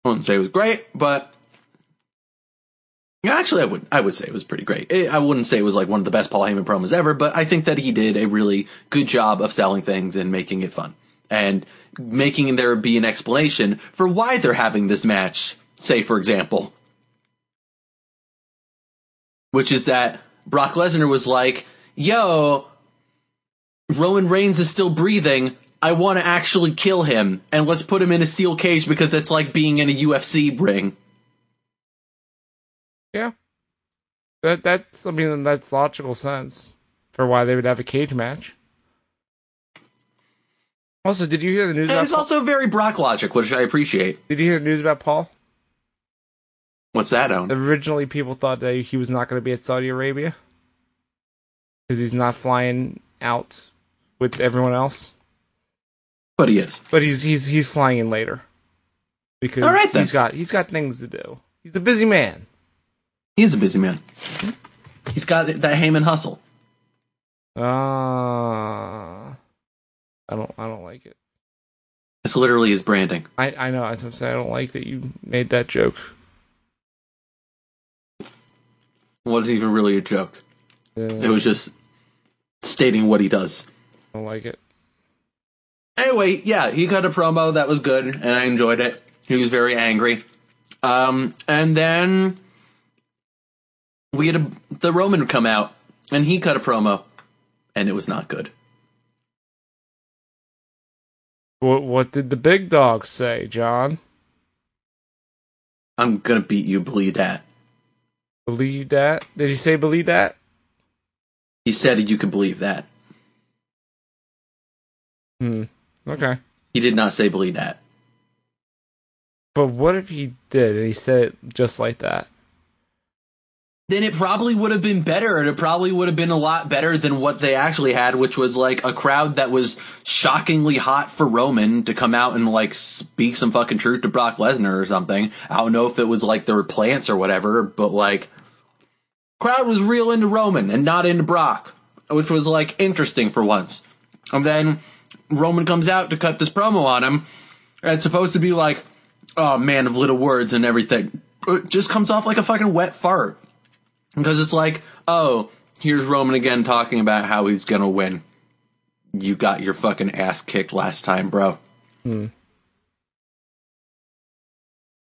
Speaker 2: I wouldn't say it was great, but actually, I would I would say it was pretty great. It, I wouldn't say it was like one of the best Paul Heyman promos ever, but I think that he did a really good job of selling things and making it fun and making there be an explanation for why they're having this match. Say, for example, which is that Brock Lesnar was like, "Yo, Roman Reigns is still breathing. I want to actually kill him, and let's put him in a steel cage because that's like being in a UFC ring."
Speaker 1: Yeah. That that's I mean that's logical sense for why they would have a cage match. Also, did you hear the news
Speaker 2: And
Speaker 1: about
Speaker 2: it's also very Brock logic, which I appreciate.
Speaker 1: Did you hear the news about Paul?
Speaker 2: What's that on?
Speaker 1: Originally, people thought that he was not going to be at Saudi Arabia because he's not flying out with everyone else.
Speaker 2: But he is.
Speaker 1: But he's he's he's flying in later because
Speaker 2: All right, then.
Speaker 1: he's got he's got things to do. He's a busy man.
Speaker 2: He's a busy man. He's got that Heyman hustle.
Speaker 1: Ah, I Uh, don't I don't like it.
Speaker 2: It's literally his branding.
Speaker 1: I, I know. As I'm saying, I don't like that you made that joke.
Speaker 2: It wasn't even really a joke.
Speaker 1: Uh,
Speaker 2: It was just stating what he does.
Speaker 1: I don't like it.
Speaker 2: Anyway, yeah, he cut a promo that was good, and I enjoyed it. He was very angry. Um, and then we had a, the Roman come out, and he cut a promo, and it was not good.
Speaker 1: What what did the big dog say, John?
Speaker 2: I'm gonna beat you, believe that.
Speaker 1: Believe that? Did he say believe that?
Speaker 2: He said you could believe that.
Speaker 1: Hmm. Okay.
Speaker 2: He did not say believe that.
Speaker 1: But what if he did and he said it just like that?
Speaker 2: then it probably would have been better. and It probably would have been a lot better than what they actually had, which was like a crowd that was shockingly hot for Roman to come out and like speak some fucking truth to Brock Lesnar or something. I don't know if it was like there were plants or whatever, but like crowd was real into Roman and not into Brock, which was like interesting for once. And then Roman comes out to cut this promo on him. and It's supposed to be like, oh man of little words and everything. It just comes off like a fucking wet fart. Because it's like, oh, here's Roman again talking about how he's gonna win. You got your fucking ass kicked last time, bro.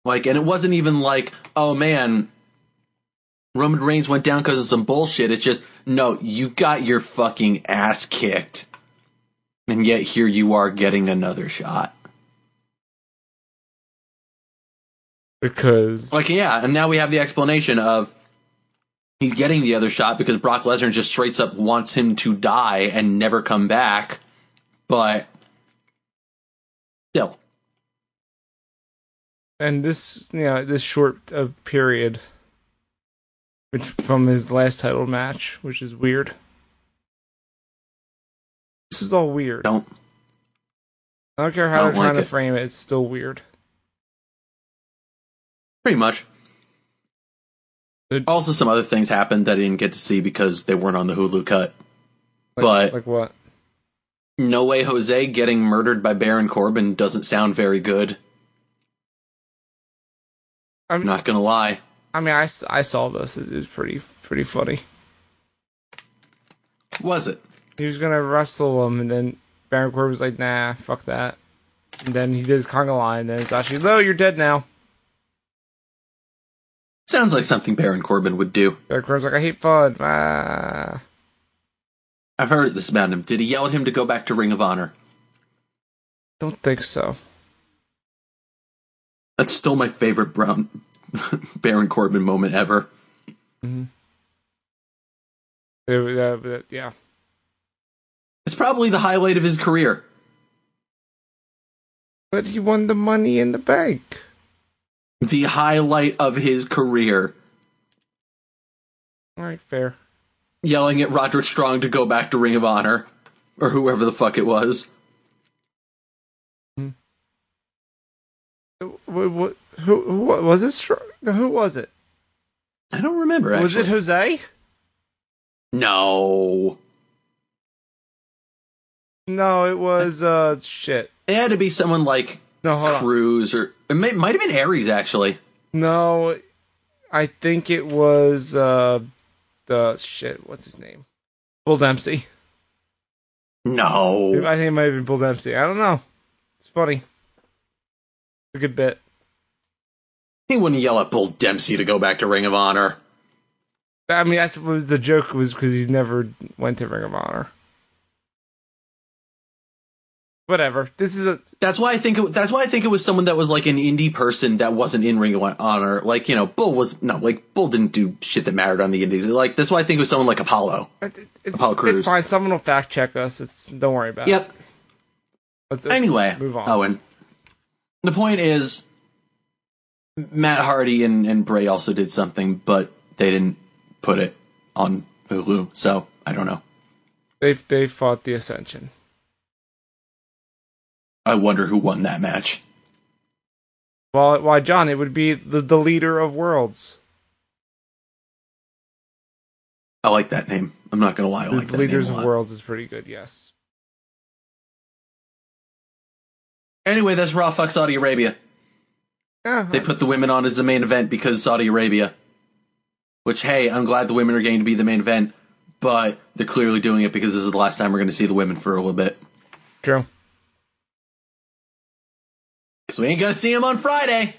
Speaker 2: Like, and it wasn't even like, oh man, Roman Reigns went down because of some bullshit. It's just, no, you got your fucking ass kicked. And yet here you are getting another shot.
Speaker 1: Because
Speaker 2: Like, yeah, and now we have the explanation of he's getting the other shot because Brock Lesnar just straight up wants him to die and never come back. But still,
Speaker 1: and this you know this short of period, which from his last title match, which is weird. This is all weird.
Speaker 2: don't.
Speaker 1: I don't care how
Speaker 2: Don't
Speaker 1: they're trying
Speaker 2: like
Speaker 1: to
Speaker 2: it.
Speaker 1: frame it; it's still weird.
Speaker 2: Pretty much.
Speaker 1: It-
Speaker 2: Also, some other things happened that I didn't get to see because they weren't on the Hulu cut.
Speaker 1: Like-
Speaker 2: But-
Speaker 1: like what?
Speaker 2: No Way Jose getting murdered by Baron Corbin doesn't sound very good.
Speaker 1: I'm-
Speaker 2: Not gonna lie.
Speaker 1: I mean, I, s- I saw this. It was pretty pretty funny.
Speaker 2: Was it?
Speaker 1: He was gonna wrestle him, and then Baron Corbin was like, "Nah, fuck that." And then he did his conga line, and then it's actually, no, you're dead now.
Speaker 2: Sounds like something Baron Corbin would do.
Speaker 1: Eric Rowe's like, I hate fun. Ah.
Speaker 2: I've heard this about him. Did he yell at him to go back to Ring of Honor?
Speaker 1: Don't think so.
Speaker 2: That's still my favorite Brown Baron Corbin moment ever.
Speaker 1: Mm-hmm. It was, uh, but, yeah.
Speaker 2: It's probably the highlight of his career.
Speaker 1: But he won the money in the bank.
Speaker 2: The highlight of his career.
Speaker 1: All right, fair.
Speaker 2: Yelling at Roderick Strong to go back to Ring of Honor. Or whoever the fuck it was.
Speaker 1: Wh- wh- who, who wa- was it? Str- Who was it?
Speaker 2: I don't remember. Actually.
Speaker 1: Was it Jose?
Speaker 2: No.
Speaker 1: No, it was uh shit.
Speaker 2: It had to be someone like
Speaker 1: No, hold on.
Speaker 2: Cruz or it may, might have been Aries actually.
Speaker 1: No, I think it was uh the shit. What's his name? Bull Dempsey.
Speaker 2: No.
Speaker 1: I think it might have been Bull Dempsey. I don't know. It's funny. It's a good bit.
Speaker 2: He wouldn't yell at Bull Dempsey to go back to Ring of Honor.
Speaker 1: I mean, that's was the joke was because he's never went to Ring of Honor. Whatever. This is a
Speaker 2: That's why I think it, that's why I think it was someone that was like an indie person that wasn't in Ring of Honor. Like you know, Bull was no like Bull didn't do shit that mattered on the Indies. Like that's why I think it was someone like Apollo.
Speaker 1: it- it's,
Speaker 2: Apollo
Speaker 1: it's
Speaker 2: Crews.
Speaker 1: fine. Someone will fact check us. It's don't worry about it.
Speaker 2: Yep.
Speaker 1: Let's, let's
Speaker 2: Anyway,
Speaker 1: Uh,
Speaker 2: Oh,
Speaker 1: move on.
Speaker 2: Owen. The point is, Matt Hardy and, and Bray also did something, but they didn't put it on Hulu, so I don't know.
Speaker 1: they they fought the Ascension.
Speaker 2: I wonder who won that match.
Speaker 1: Well, why, John? It would be the the leader of worlds.
Speaker 2: I like that name. I'm not gonna lie, Oh, I like
Speaker 1: the
Speaker 2: that name
Speaker 1: leaders
Speaker 2: a
Speaker 1: of
Speaker 2: lot.
Speaker 1: worlds is pretty good. Yes.
Speaker 2: Anyway, that's Raw Fuck Saudi Arabia.
Speaker 1: Yeah.
Speaker 2: They put the women on as the main event because Saudi Arabia. Which, hey, I'm glad the women are going to be the main event, but they're clearly doing it because this is the last time we're going to see the women for a little bit.
Speaker 1: True.
Speaker 2: So we ain't going to see them on Friday.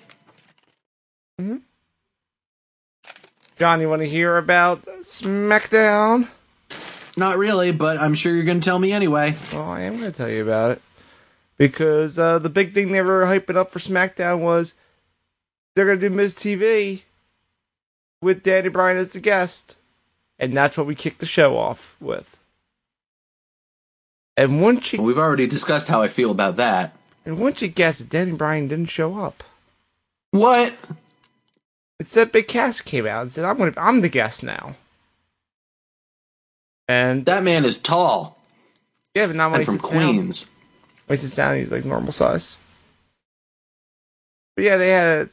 Speaker 1: John, you want to hear about SmackDown?
Speaker 2: Not really, but I'm sure you're going to tell me anyway.
Speaker 1: Well, I am going to tell you about it because uh, the big thing they were hyping up for SmackDown was they're going to do Miz TV with Danny Bryan as the guest, and that's what we kicked the show off with. And once you
Speaker 2: We've already discussed how I feel about that.
Speaker 1: and once you guess it, Danny Bryan didn't show up.
Speaker 2: What?
Speaker 1: Instead, Big Cass came out and said, "I'm gonna, I'm the guest now." And
Speaker 2: That man is tall
Speaker 1: yeah, but not when
Speaker 2: and
Speaker 1: he
Speaker 2: from
Speaker 1: sits down.
Speaker 2: Queens.
Speaker 1: When he sits down, he's like normal size. But yeah, they had a,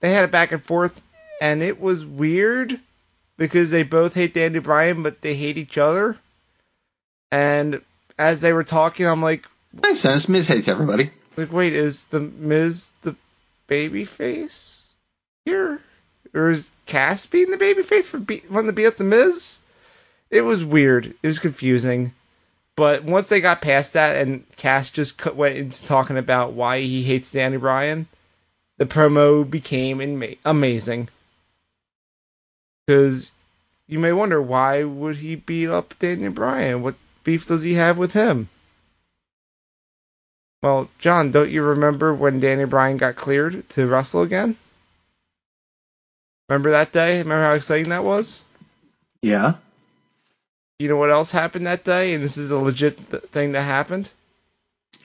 Speaker 1: they had a back and forth, and it was weird because they both hate Danny Bryan, but they hate each other. And as they were talking, I'm like,
Speaker 2: Makes sense. Miz hates everybody.
Speaker 1: like, wait, is the Miz the baby face here? Or is Cass being the baby face for be- wanting to beat up the Miz? It was weird. It was confusing. But once they got past that and Cass just cut, went into talking about why he hates Danny Bryan, the promo became inma- amazing. Because you may wonder why would he beat up Daniel Bryan? What beef does he have with him? Well, John, don't you remember when Danny Bryan got cleared to wrestle again? Remember that day? Remember how exciting that was?
Speaker 2: Yeah.
Speaker 1: You know what else happened that day? And this is a legit th- thing that happened.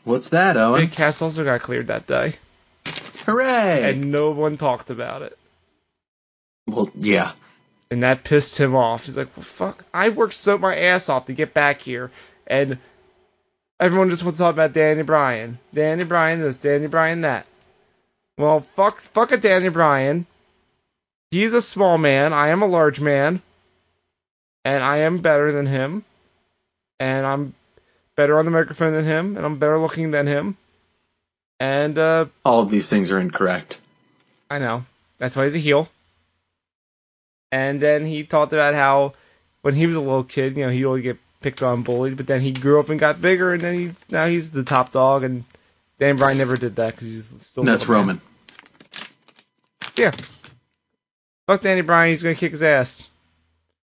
Speaker 2: What's that, Owen?
Speaker 1: Big Cass also got cleared that day,
Speaker 2: Hooray!
Speaker 1: and no one talked about it.
Speaker 2: well, yeah.
Speaker 1: And that pissed him off. He's like, well, fuck, I worked so my ass off to get back here. And everyone just wants to talk about Danny Bryan. Danny Bryan this, Danny Bryan that. Well, fuck, fuck a Danny Bryan. He's a small man. I am a large man. And I am better than him. And I'm better on the microphone than him. And I'm better looking than him. And, uh,
Speaker 2: All of these things are incorrect.
Speaker 1: I know. That's why he's a heel. And then he talked about how when he was a little kid, you know, he'd always get picked on, bullied, but then he grew up and got bigger, and then he now he's the top dog, and Dan Bryan never did that because he's still.
Speaker 2: That's
Speaker 1: Roman.
Speaker 2: Roman.
Speaker 1: Yeah. Fuck Danny Bryan, he's gonna kick his ass.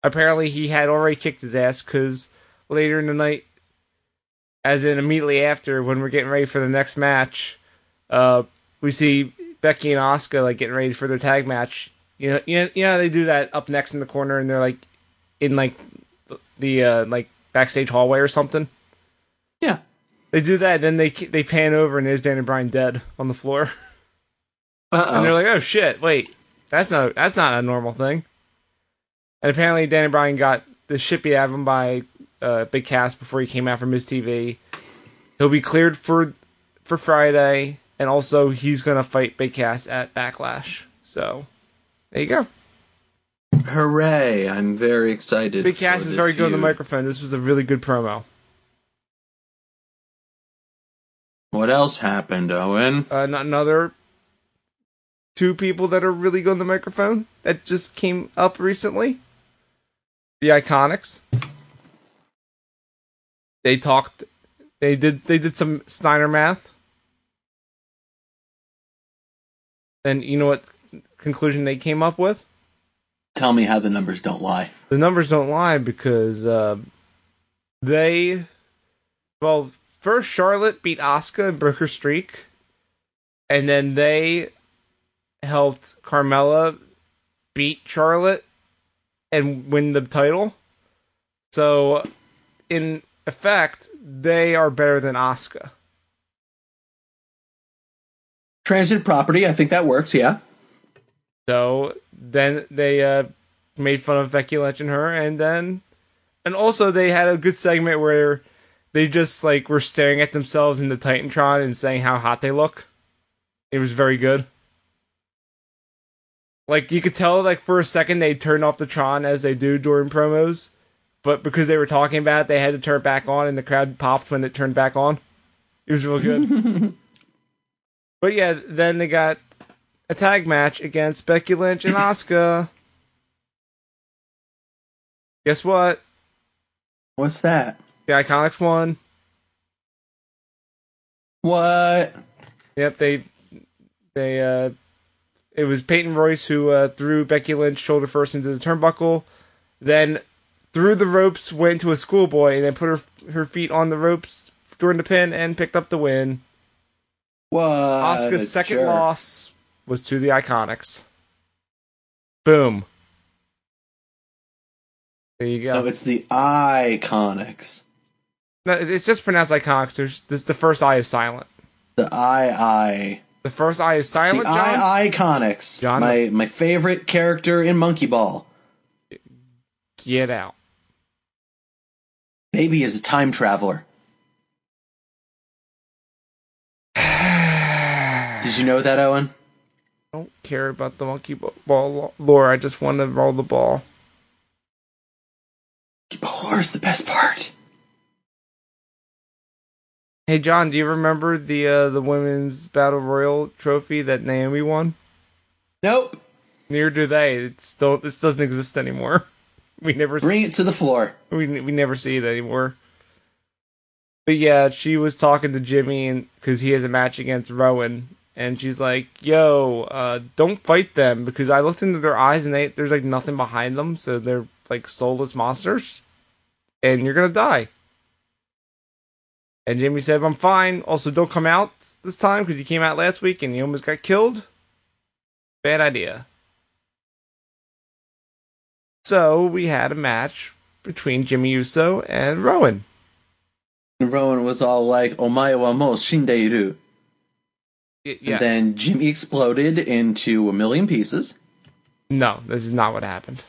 Speaker 1: Apparently, he had already kicked his ass because later in the night, as in immediately after, when we're getting ready for the next match, uh, we see Becky and Oscar like getting ready for their tag match. You know, you know, you know how they do that up next in the corner, and they're like in like the uh, like backstage hallway or something.
Speaker 2: Yeah.
Speaker 1: They do that, then they they pan over, and there's Danny Bryan dead on the floor. And they're
Speaker 2: Uh
Speaker 1: like, "Oh shit, wait, that's not that's not a normal thing." And apparently, Danny Bryan got the shit beat out of him by uh, Big Cass before he came out from his TV. He'll be cleared for for Friday, and also he's gonna fight Big Cass at Backlash. So there you go.
Speaker 2: oh. Hooray. I'm very excited.
Speaker 1: Big Cass
Speaker 2: for
Speaker 1: is
Speaker 2: this
Speaker 1: very good on the
Speaker 2: feud.
Speaker 1: microphone. This was a really good promo.
Speaker 2: What else happened, Owen?
Speaker 1: Uh, not another two people that are really good on the microphone that just came up recently. The Iconics. They talked. They did. They did some Steiner math. And you know what conclusion they came up with?
Speaker 2: Tell me how the numbers don't lie.
Speaker 1: the numbers don't lie because uh, they well first Charlotte beat Asuka and broke her streak, and then they helped Carmella beat Charlotte and win the title. So in effect, they are better than Asuka.
Speaker 2: Transit property. I think that works. Yeah.
Speaker 1: So then they uh, made fun of Becky Lynch and her, and then and also they had a good segment where they just like were staring at themselves in the Titantron and saying how hot they look. It was very good. Like you could tell, like for a second they turned off the Tron as they do during promos, but because they were talking about it, they had to turn it back on, and the crowd popped when it turned back on. It was real good. but yeah, then they got a tag match against Becky Lynch and Asuka. Guess what?
Speaker 2: What's that?
Speaker 1: The Iconics won.
Speaker 2: What?
Speaker 1: Yep, they they uh it was Peyton Royce who uh, threw Becky Lynch shoulder first into the turnbuckle, then through the ropes went to a schoolboy and then put her her feet on the ropes during the pin and picked up the win.
Speaker 2: What?
Speaker 1: Asuka's second
Speaker 2: Uh, jerk.
Speaker 1: loss was to the Iconics. Boom. There you go.
Speaker 2: Oh, it's the Iconics.
Speaker 1: No, it's just pronounced iconics. There's this, the first I is silent.
Speaker 2: The I
Speaker 1: The first I is
Speaker 2: I. The
Speaker 1: silent. John?
Speaker 2: I Iconics.
Speaker 1: John?
Speaker 2: My my favorite character in Monkey Ball.
Speaker 1: Get out.
Speaker 2: Baby is a time traveler. Did you know that, Owen?
Speaker 1: I don't care about the monkey b- ball lo- lore. I just want to roll the ball.
Speaker 2: Polar is the best part.
Speaker 1: Hey John, do you remember the uh, the women's battle royal trophy that Naomi won?
Speaker 2: Nope.
Speaker 1: Near do they. It's still this doesn't exist anymore. We never see,
Speaker 2: Bring it to the floor.
Speaker 1: we we never see it anymore. But yeah, she was talking to Jimmy and because he has a match against Rowan, and she's like, "Yo, uh, don't fight them because I looked into their eyes and they there's like nothing behind them, so they're like soulless monsters, and you're gonna die." And Jimmy said, "I'm fine. Also, don't come out this time because you came out last week and you almost got killed. Bad idea." So we had a match between Jimmy Uso and Rowan.
Speaker 2: And Rowan was all like, "Omae wa mo shindeiru,"
Speaker 1: Y-
Speaker 2: and then Jimmy exploded into a million pieces.
Speaker 1: No, this is not what happened.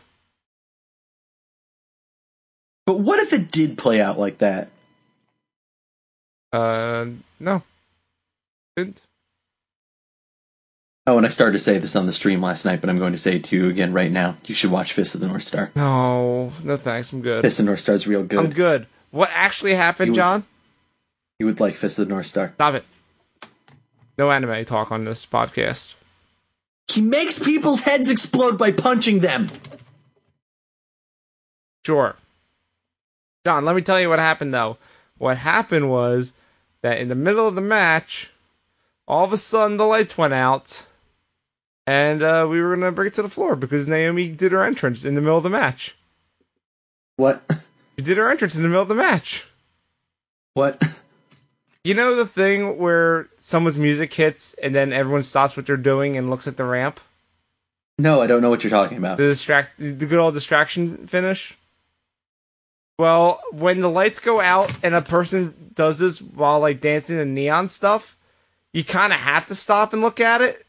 Speaker 2: But what if it did play out like that?
Speaker 1: Uh, no. Didn't.
Speaker 2: Oh, and I started to say this on the stream last night, but I'm going to say it to you again right now. You should watch Fist of the North Star.
Speaker 1: No, no thanks. I'm good.
Speaker 2: Fist of the North Star's real good.
Speaker 1: I'm good. What actually happened,
Speaker 2: You-
Speaker 1: John?
Speaker 2: You would like Fist of the North Star.
Speaker 1: Stop it. No anime talk on this podcast.
Speaker 2: He makes people's heads explode by punching them.
Speaker 1: Sure. John, let me tell you what happened though. What happened was that in the middle of the match, all of a sudden the lights went out and uh, we were gonna bring it to the floor because Naomi did her entrance in the middle of the match.
Speaker 2: What?
Speaker 1: She did her entrance in the middle of the match.
Speaker 2: What?
Speaker 1: You know the thing where someone's music hits and then everyone stops what they're doing and looks at the ramp?
Speaker 2: No, I don't know what you're talking about.
Speaker 1: The distract the good old distraction finish? Well, when the lights go out and a person does this while like dancing and neon stuff, you kind of have to stop and look at it.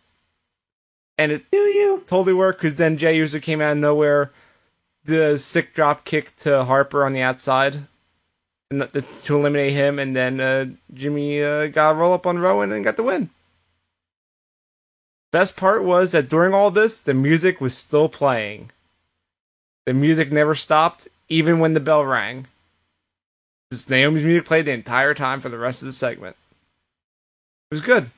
Speaker 1: And it
Speaker 2: Do you?
Speaker 1: totally worked because then Jay Uso came out of nowhere, the sick drop kick to Harper on the outside, and th- to eliminate him, and then uh, Jimmy uh, got a roll up on Rowan and got the win. Best part was that during all this, the music was still playing. The music never stopped, even when the bell rang. Just Naomi's music played the entire time for the rest of the segment. It was good.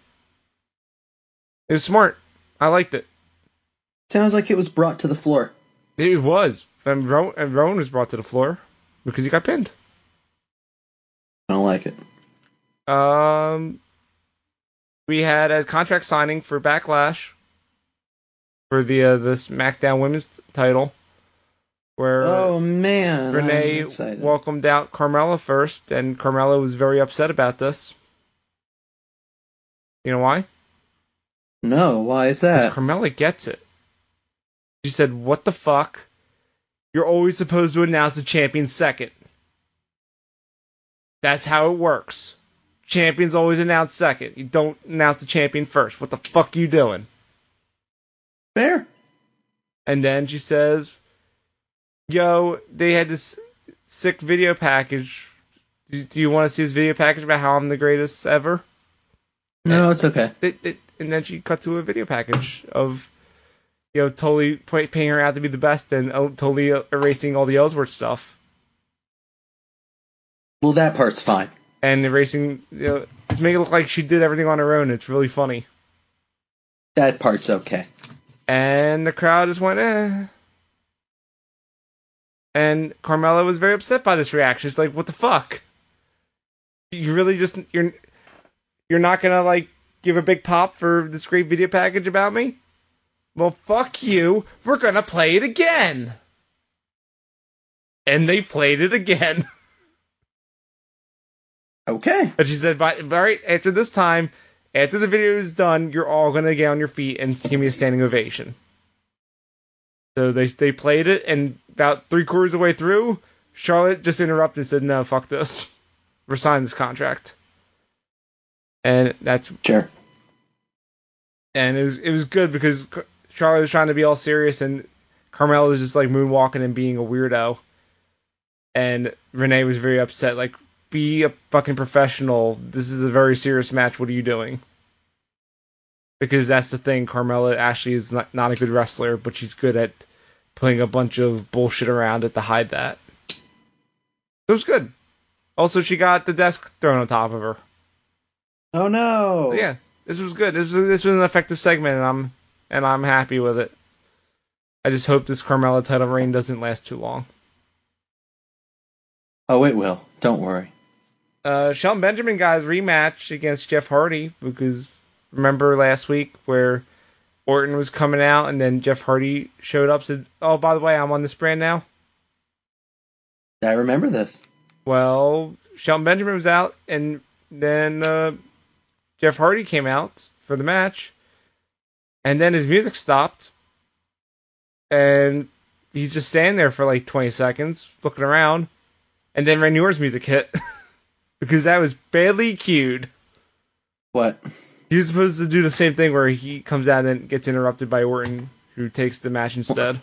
Speaker 1: It was smart. I liked it.
Speaker 2: Sounds like it was brought to the floor.
Speaker 1: It was. And Rowan, and Rowan was brought to the floor because he got pinned.
Speaker 2: I don't like it.
Speaker 1: Um, we had a contract signing for Backlash for the uh, the SmackDown Women's title, where uh,
Speaker 2: Oh man,
Speaker 1: Renee
Speaker 2: I'm excited.
Speaker 1: welcomed out Carmella first, and Carmella was very upset about this. You know why?
Speaker 2: no, why is
Speaker 1: Because
Speaker 2: that?
Speaker 1: Carmella gets it. She said, "What the fuck? You're always supposed to announce the champion second. That's how it works. Champions always announce second. You don't announce the champion first. What the fuck you doing?"
Speaker 2: Fair.
Speaker 1: And then she says, "Yo, they had this sick video package. Do, do you want to see this video package about how I'm the greatest ever?"
Speaker 2: No, it's okay.
Speaker 1: it, it, and then she cut to a video package of you know totally pa- paying her out to be the best and uh, totally uh, erasing all the Ellsworth stuff
Speaker 2: Well, that part's fine.
Speaker 1: and erasing you know just make it look like she did everything on her own. It's really funny,
Speaker 2: That part's okay.
Speaker 1: and the crowd just went eh. And Carmela was very upset by this reaction. She's like, "What the fuck? You really just you're you're not gonna like give a big pop for this great video package about me? Well, fuck you. We're gonna play it again." And they played it again.
Speaker 2: Okay.
Speaker 1: And she said, "By all right, after this time, after the video is done, you're all gonna get on your feet and give me a standing ovation." So they they played it, and about three quarters of the way through, Charlotte just interrupted and said, "No, fuck this. We're signing this contract." And that's
Speaker 2: Sure.
Speaker 1: and it was it was good because Car- Charlotte was trying to be all serious, and Carmella was just like moonwalking and being a weirdo, and Renee was very upset. Like, be a fucking professional. This is a very serious match. What are you doing? Because that's the thing. Carmella actually is not not a good wrestler, but she's good at putting a bunch of bullshit around it to hide that. So it was good. Also, she got the desk thrown on top of her.
Speaker 2: Oh no.
Speaker 1: But yeah, this was good. This was this was an effective segment, and I'm and I'm happy with it. I just hope this Carmella title reign doesn't last too long.
Speaker 2: Oh, it will. Don't worry.
Speaker 1: Uh, Shelton Benjamin got his rematch against Jeff Hardy because remember last week where Orton was coming out and then Jeff Hardy showed up said, "Oh, by the way, I'm on this brand now."
Speaker 2: I remember this.
Speaker 1: Well, Shelton Benjamin was out, and then uh, Jeff Hardy came out for the match, and then his music stopped, and he's just standing there for like 20 seconds looking around, and then Randy Orton's music hit because that was badly cued.
Speaker 2: What?
Speaker 1: He was supposed to do the same thing where he comes out and gets interrupted by Orton, who takes the match instead.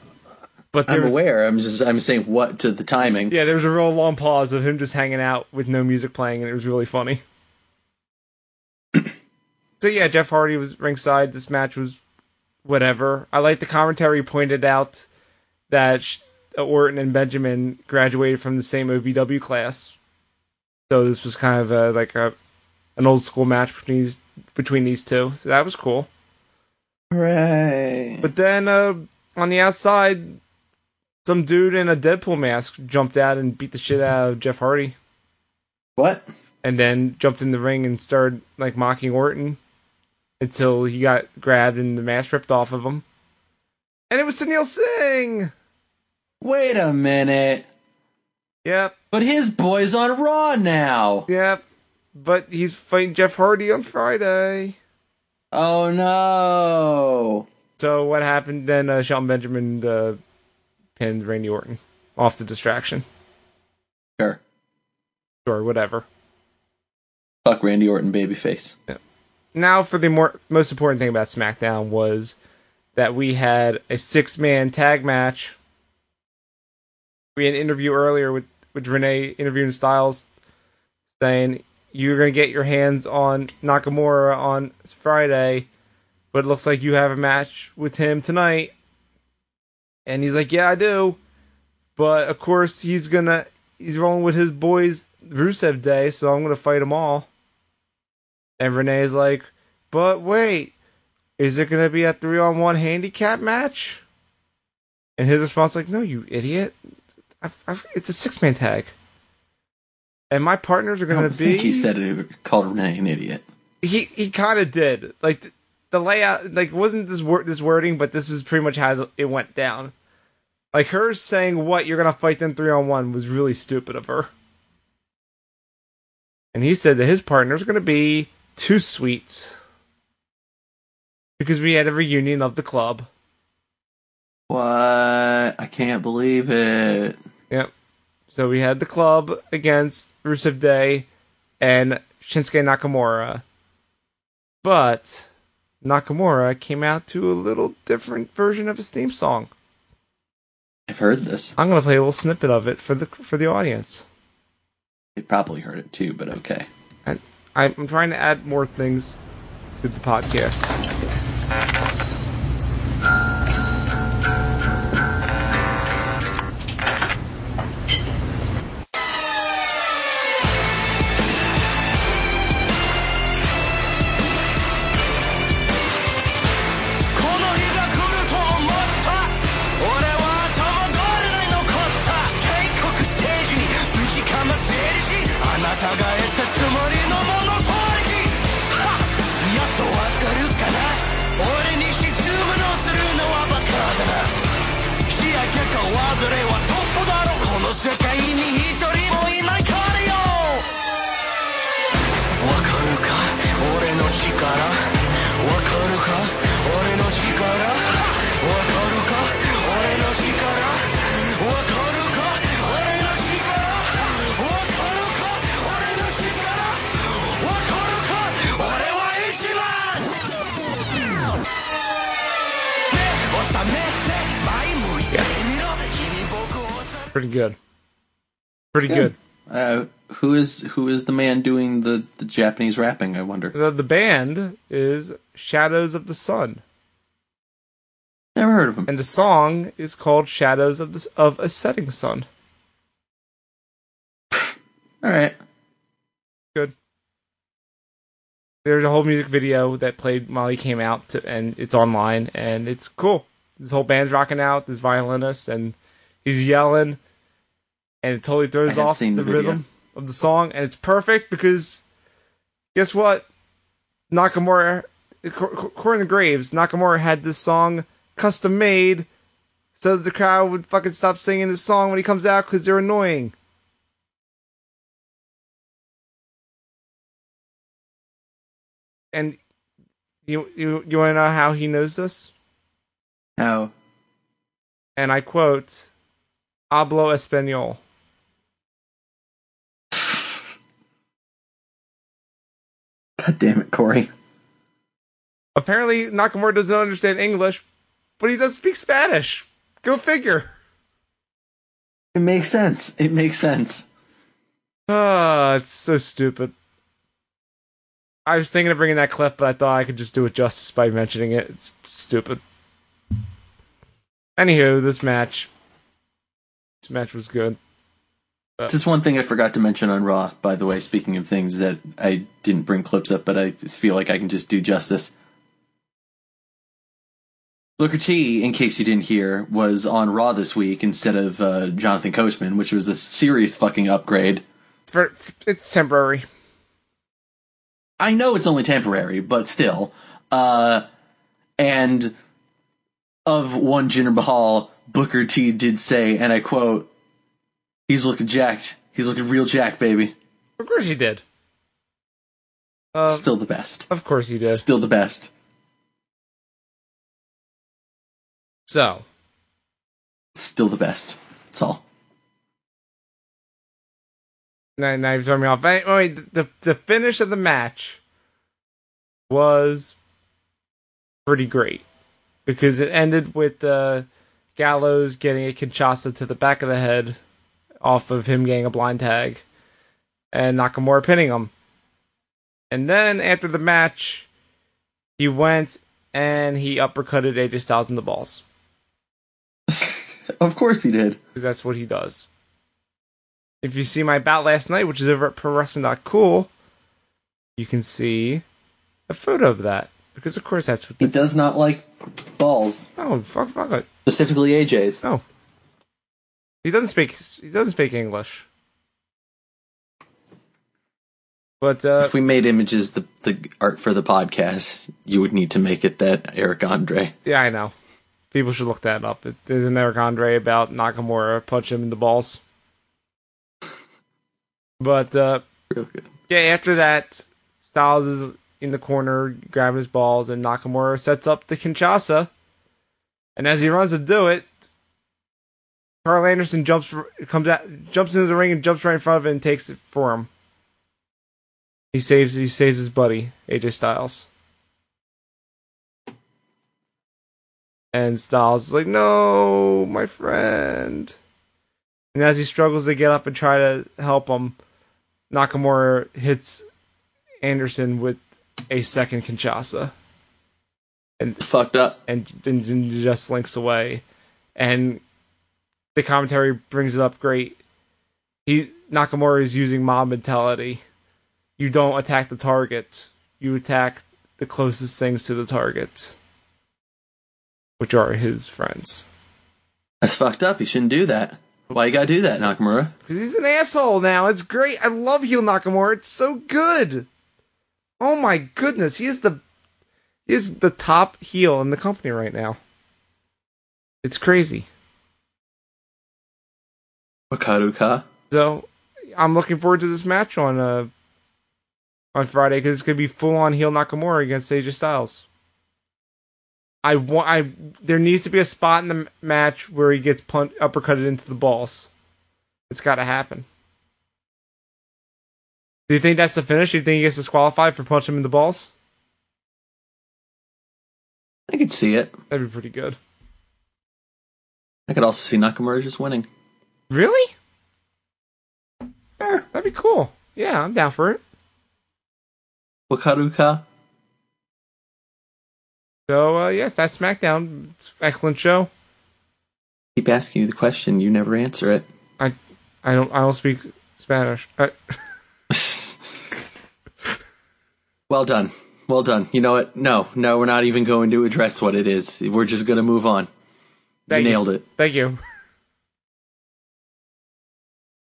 Speaker 1: But there
Speaker 2: I'm
Speaker 1: was,
Speaker 2: aware. I'm just. I'm saying what to the timing.
Speaker 1: yeah, there was a real long pause of him just hanging out with no music playing, and it was really funny. so yeah, Jeff Hardy was ringside. This match was whatever. I like the commentary pointed out that Sh- uh, Orton and Benjamin graduated from the same OVW class, so this was kind of a, like a an old school match between these between these two. So that was cool.
Speaker 2: Hooray.
Speaker 1: But then uh, on the outside, some dude in a Deadpool mask jumped out and beat the shit out of Jeff Hardy,
Speaker 2: what?
Speaker 1: and then jumped in the ring and started like mocking Orton. until he got grabbed and the mask ripped off of him. And it was Sunil Singh.
Speaker 2: Wait a minute.
Speaker 1: Yep,
Speaker 2: But his boy's on Raw now.
Speaker 1: yep. But he's fighting Jeff Hardy on Friday.
Speaker 2: Oh no.
Speaker 1: So what happened then? Uh, Shelton Benjamin uh, pinned Randy Orton off the distraction.
Speaker 2: Sure.
Speaker 1: Sure, whatever.
Speaker 2: Fuck Randy Orton, babyface.
Speaker 1: Now for the more most important thing about SmackDown was that we had a six man tag match. We had an interview earlier with with Renee interviewing Styles, saying you're gonna get your hands on Nakamura on Friday, but it looks like you have a match with him tonight. And he's like, yeah, I do, but of course he's gonna he's rolling with his boys Rusev Day, so I'm gonna fight them all. And Renee's like, but wait, is it going to be a three on one handicap match? And his response like, no, you idiot. I've, I've, it's a six man tag. And my partners are
Speaker 2: I
Speaker 1: going
Speaker 2: don't
Speaker 1: to be.
Speaker 2: think he said it called Renee an idiot.
Speaker 1: he, he kind of did. Like, the, the layout, like, wasn't this, wor- this wording, but this is pretty much how it went down. Like, her saying, what, you're going to fight them three on one was really stupid of her. And he said that his partner's going to be two sweets. Because we had a reunion of the club.
Speaker 2: What? I can't believe it.
Speaker 1: Yep. So we had the club against Rusev Day and Shinsuke Nakamura. But Nakamura came out to a little different version of his theme song.
Speaker 2: I've heard this.
Speaker 1: I'm going to play a little snippet of it for the for the audience.
Speaker 2: They probably heard it too, but okay.
Speaker 1: I, I'm trying to add more things to the podcast.
Speaker 3: 「この日が来ると思った」「俺は頭どれない残った」「帝国政治にぶちかませるし」「あなたが得たつもりのものとありき」「はっやっとわかるかな」「俺に質問をするのはバカだな」試合結果はどれはトップだろうこの世界に一人もいないからよわかるか俺の力わかるか俺の力わかるか俺の力わかるか俺の力わかるか俺の力わかるか俺は一番収めて前向いてみろ君僕を収め
Speaker 1: Pretty good. Pretty good.
Speaker 2: Uh, who is who is the man doing the, the Japanese rapping? I wonder.
Speaker 1: The, the band is Shadows of the Sun,
Speaker 2: Never heard of him.
Speaker 1: and the song is called Shadows of the, S- of a Setting Sun.
Speaker 2: All right.
Speaker 1: good. There's a whole music video that played while he came out, to, and it's online, and it's cool. This whole band's rocking out, this violinist, and he's yelling, and it totally throws
Speaker 2: I have
Speaker 1: off the,
Speaker 2: seen the video.
Speaker 1: rhythm of the song, and it's perfect because guess what? Nakamura, acco- acco- according to Graves, Nakamura had this song custom made so that the crowd would fucking stop singing this song when he comes out because they're annoying. And you you you want to know how he knows this?
Speaker 2: How?
Speaker 1: And I quote, "Hablo español."
Speaker 2: God damn it, Corey.
Speaker 1: Apparently, Nakamura doesn't understand English, but he does speak Spanish. Go figure.
Speaker 2: It makes sense. It makes sense.
Speaker 1: Ah, it's so stupid. I was thinking of bringing that clip, but I thought I could just do it justice by mentioning it. It's stupid. Anywho, this match, this match was good.
Speaker 2: This is one thing I forgot to mention on Raw, by the way. Speaking of things that I didn't bring clips up, but I feel like I can just do justice. Booker T, in case you didn't hear, was on Raw this week instead of uh, Jonathan Coachman, which was a serious fucking upgrade.
Speaker 1: For, it's temporary.
Speaker 2: I know it's only temporary, but still. Uh, and of one Jinder Mahal, Booker T did say, and I quote, "He's looking jacked. He's looking real jacked, baby.
Speaker 1: Of course you did. Uh,
Speaker 2: Still the best.
Speaker 1: of course you did.
Speaker 2: Still the best."
Speaker 1: So,
Speaker 2: still the best. That's all.
Speaker 1: now, now you've thrown me off. Anyway, the, the finish of the match was pretty great because it ended with uh, Gallows getting a Kinshasa to the back of the head off of him getting a blind tag and Nakamura pinning him. And then after the match, he went and he uppercutted AJ Styles in the balls
Speaker 2: of course he did.
Speaker 1: because that's what he does. If you see my bout last night, which is over at ProWrestling.cool, you can see a photo of that because, of course, that's what.
Speaker 2: He
Speaker 1: The-
Speaker 2: does not like balls,
Speaker 1: oh fuck! Fuck it!
Speaker 2: specifically AJ's.
Speaker 1: Oh, he doesn't speak. He doesn't speak English. But uh,
Speaker 2: If we made images the the art for the podcast, you would need to make it that Eric Andre.
Speaker 1: yeah, I know. People should look that up. It, there's an Eric Andre about Nakamura punch him in the balls. But uh,
Speaker 2: Real good.
Speaker 1: Yeah, after that, Styles is in the corner grabbing his balls, and Nakamura sets up the Kinshasa. And as he runs to do it, Carl Anderson jumps for, comes out, jumps into the ring and jumps right in front of it and takes it for him. He saves he saves his buddy AJ Styles. And Styles is like, "No, my friend." And as he struggles to get up and try to help him, Nakamura hits Anderson with a second Kinshasa
Speaker 2: It's fucked up.
Speaker 1: and then just slinks away. And the commentary brings it up great. He Nakamura is using mob mentality. You don't attack the target. You attack the closest things to the target, which are his friends.
Speaker 2: That's fucked up. You shouldn't do that. Why you gotta do that, Nakamura?
Speaker 1: Because he's an asshole now. It's great. I love heel Nakamura. It's so good. Oh my goodness, he is the he is the top heel in the company right now. It's crazy.
Speaker 2: Wakaruka.
Speaker 1: So I'm looking forward to this match on uh on Friday because it's gonna be full on heel Nakamura against AJ Styles. I want I there needs to be a spot in the m- match where he gets punt uppercutted into the balls. It's got to happen. Do you think that's the finish? Do you think he gets disqualified for punching him in the balls?
Speaker 2: I could see it.
Speaker 1: That'd be pretty good.
Speaker 2: I could also see Nakamura just winning.
Speaker 1: Really?
Speaker 2: Sure.
Speaker 1: That'd be cool. Yeah, I'm down for it.
Speaker 2: Wakaruka.
Speaker 1: So uh, yes, that's SmackDown. It's an excellent show.
Speaker 2: Keep asking you the question, you never answer it.
Speaker 1: I I don't I don't speak Spanish. Uh, I,
Speaker 2: well done. Well done. You know what? No, no, we're not even going to address what it is. We're just going to move on.
Speaker 1: Thank
Speaker 2: you nailed it.
Speaker 1: Thank you.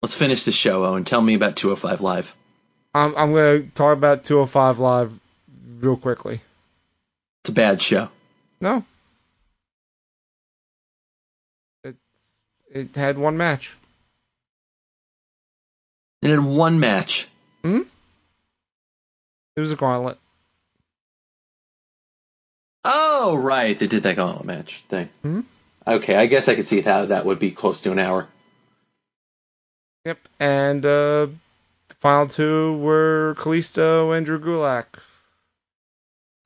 Speaker 2: Let's finish the show, Owen. Tell me about 205 Live.
Speaker 1: I'm I'm gonna talk about 205 Live real quickly.
Speaker 2: It's a bad show.
Speaker 1: No, it's it had one match.
Speaker 2: And in one match,
Speaker 1: Hmm. It was a gauntlet.
Speaker 2: oh right, they did that gauntlet match thing.
Speaker 1: Hmm?
Speaker 2: Okay, I guess I could see how that would be close to an hour.
Speaker 1: Yep. And uh, the final two were Kalisto and Drew Gulak.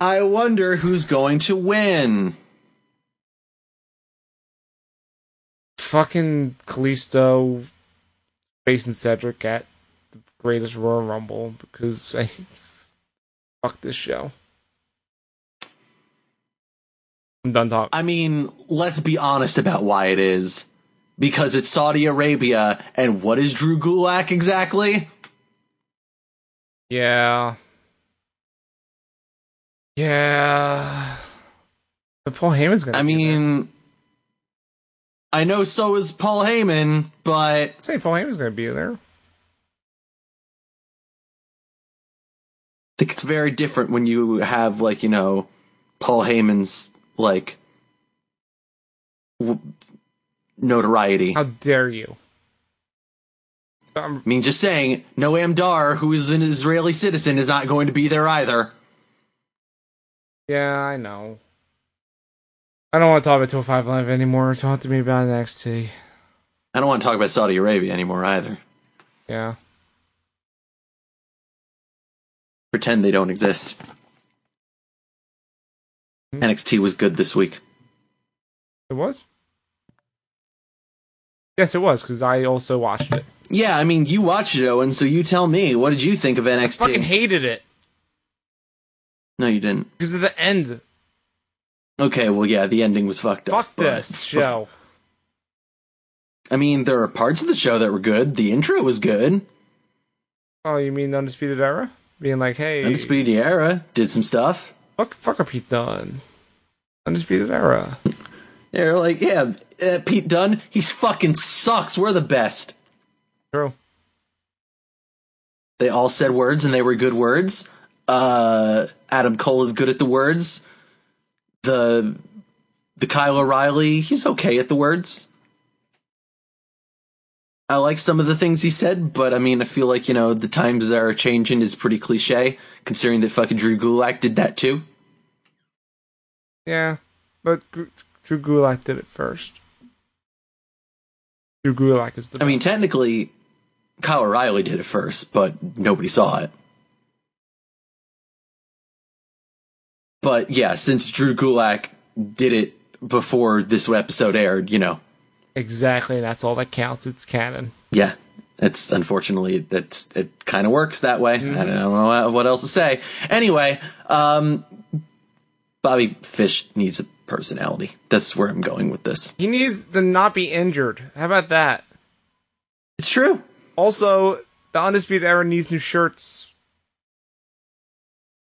Speaker 2: I wonder who's going to win.
Speaker 1: Fucking Kalisto facing Cedric at the greatest Royal Rumble because I fuck this show. I'm done talking.
Speaker 2: I mean, let's be honest about why it is. Because it's Saudi Arabia, and what is Drew Gulak exactly?
Speaker 1: Yeah. Yeah. But Paul Heyman's gonna.
Speaker 2: I
Speaker 1: be there.
Speaker 2: mean, I know so is Paul Heyman, but
Speaker 1: I'd say Paul Heyman's gonna be there.
Speaker 2: think it's very different when you have like you know Paul Heyman's like w- notoriety.
Speaker 1: How dare you? Um,
Speaker 2: I mean, just saying, Noam Dar, who is an Israeli citizen, is not going to be there either.
Speaker 1: yeah, I know. I don't want to talk about 205 Live anymore. Talk to me about NXT.
Speaker 2: I don't want to talk about Saudi Arabia anymore either.
Speaker 1: Yeah.
Speaker 2: Pretend they don't exist.
Speaker 1: Hmm.
Speaker 2: NXT was good this week.
Speaker 1: It was? Yes, it was, because I also watched it.
Speaker 2: Yeah, I mean, you watched it, Owen, so you tell me, what did you think of NXT?
Speaker 1: Fucking hated it.
Speaker 2: no, you didn't.
Speaker 1: Because of the end.
Speaker 2: Okay, well, yeah, the ending was fucked up.
Speaker 1: Fuck
Speaker 2: but-
Speaker 1: this show.
Speaker 2: I mean, there are parts of the show that were good. The intro was good.
Speaker 1: Oh, you mean the Undisputed Era? Being like, hey,
Speaker 2: Undisputed Era did some stuff.
Speaker 1: fuck, fuck up Pete Dunne. Undisputed Era.
Speaker 2: They're like, yeah, uh, Pete Dunne, he's fucking sucks. We're the best.
Speaker 1: True.
Speaker 2: They all said words and they were good words. Uh, Adam Cole is good at the words. The the Kyle O'Reilly, he's okay at the words. I like some of the things he said, but I mean, I feel like you know the times that are changing is pretty cliche, considering that fucking Drew Gulak did that too.
Speaker 1: Yeah, but Gr- Drew Gulak did it first. Drew Gulak is the.
Speaker 2: I mean, technically, Kyle O'Reilly did it first, but nobody saw it. But yeah, since Drew Gulak did it before this episode aired, you know,
Speaker 1: exactly. That's all that counts. It's canon.
Speaker 2: yeah, it's unfortunately that's it kind of works that way. I don't know what else to say. Anyway, um, Bobby Fish needs a personality. That's where I'm going with this.
Speaker 1: He needs to not be injured. How about that?
Speaker 2: It's true.
Speaker 1: Also, the Undisputed Era needs new shirts.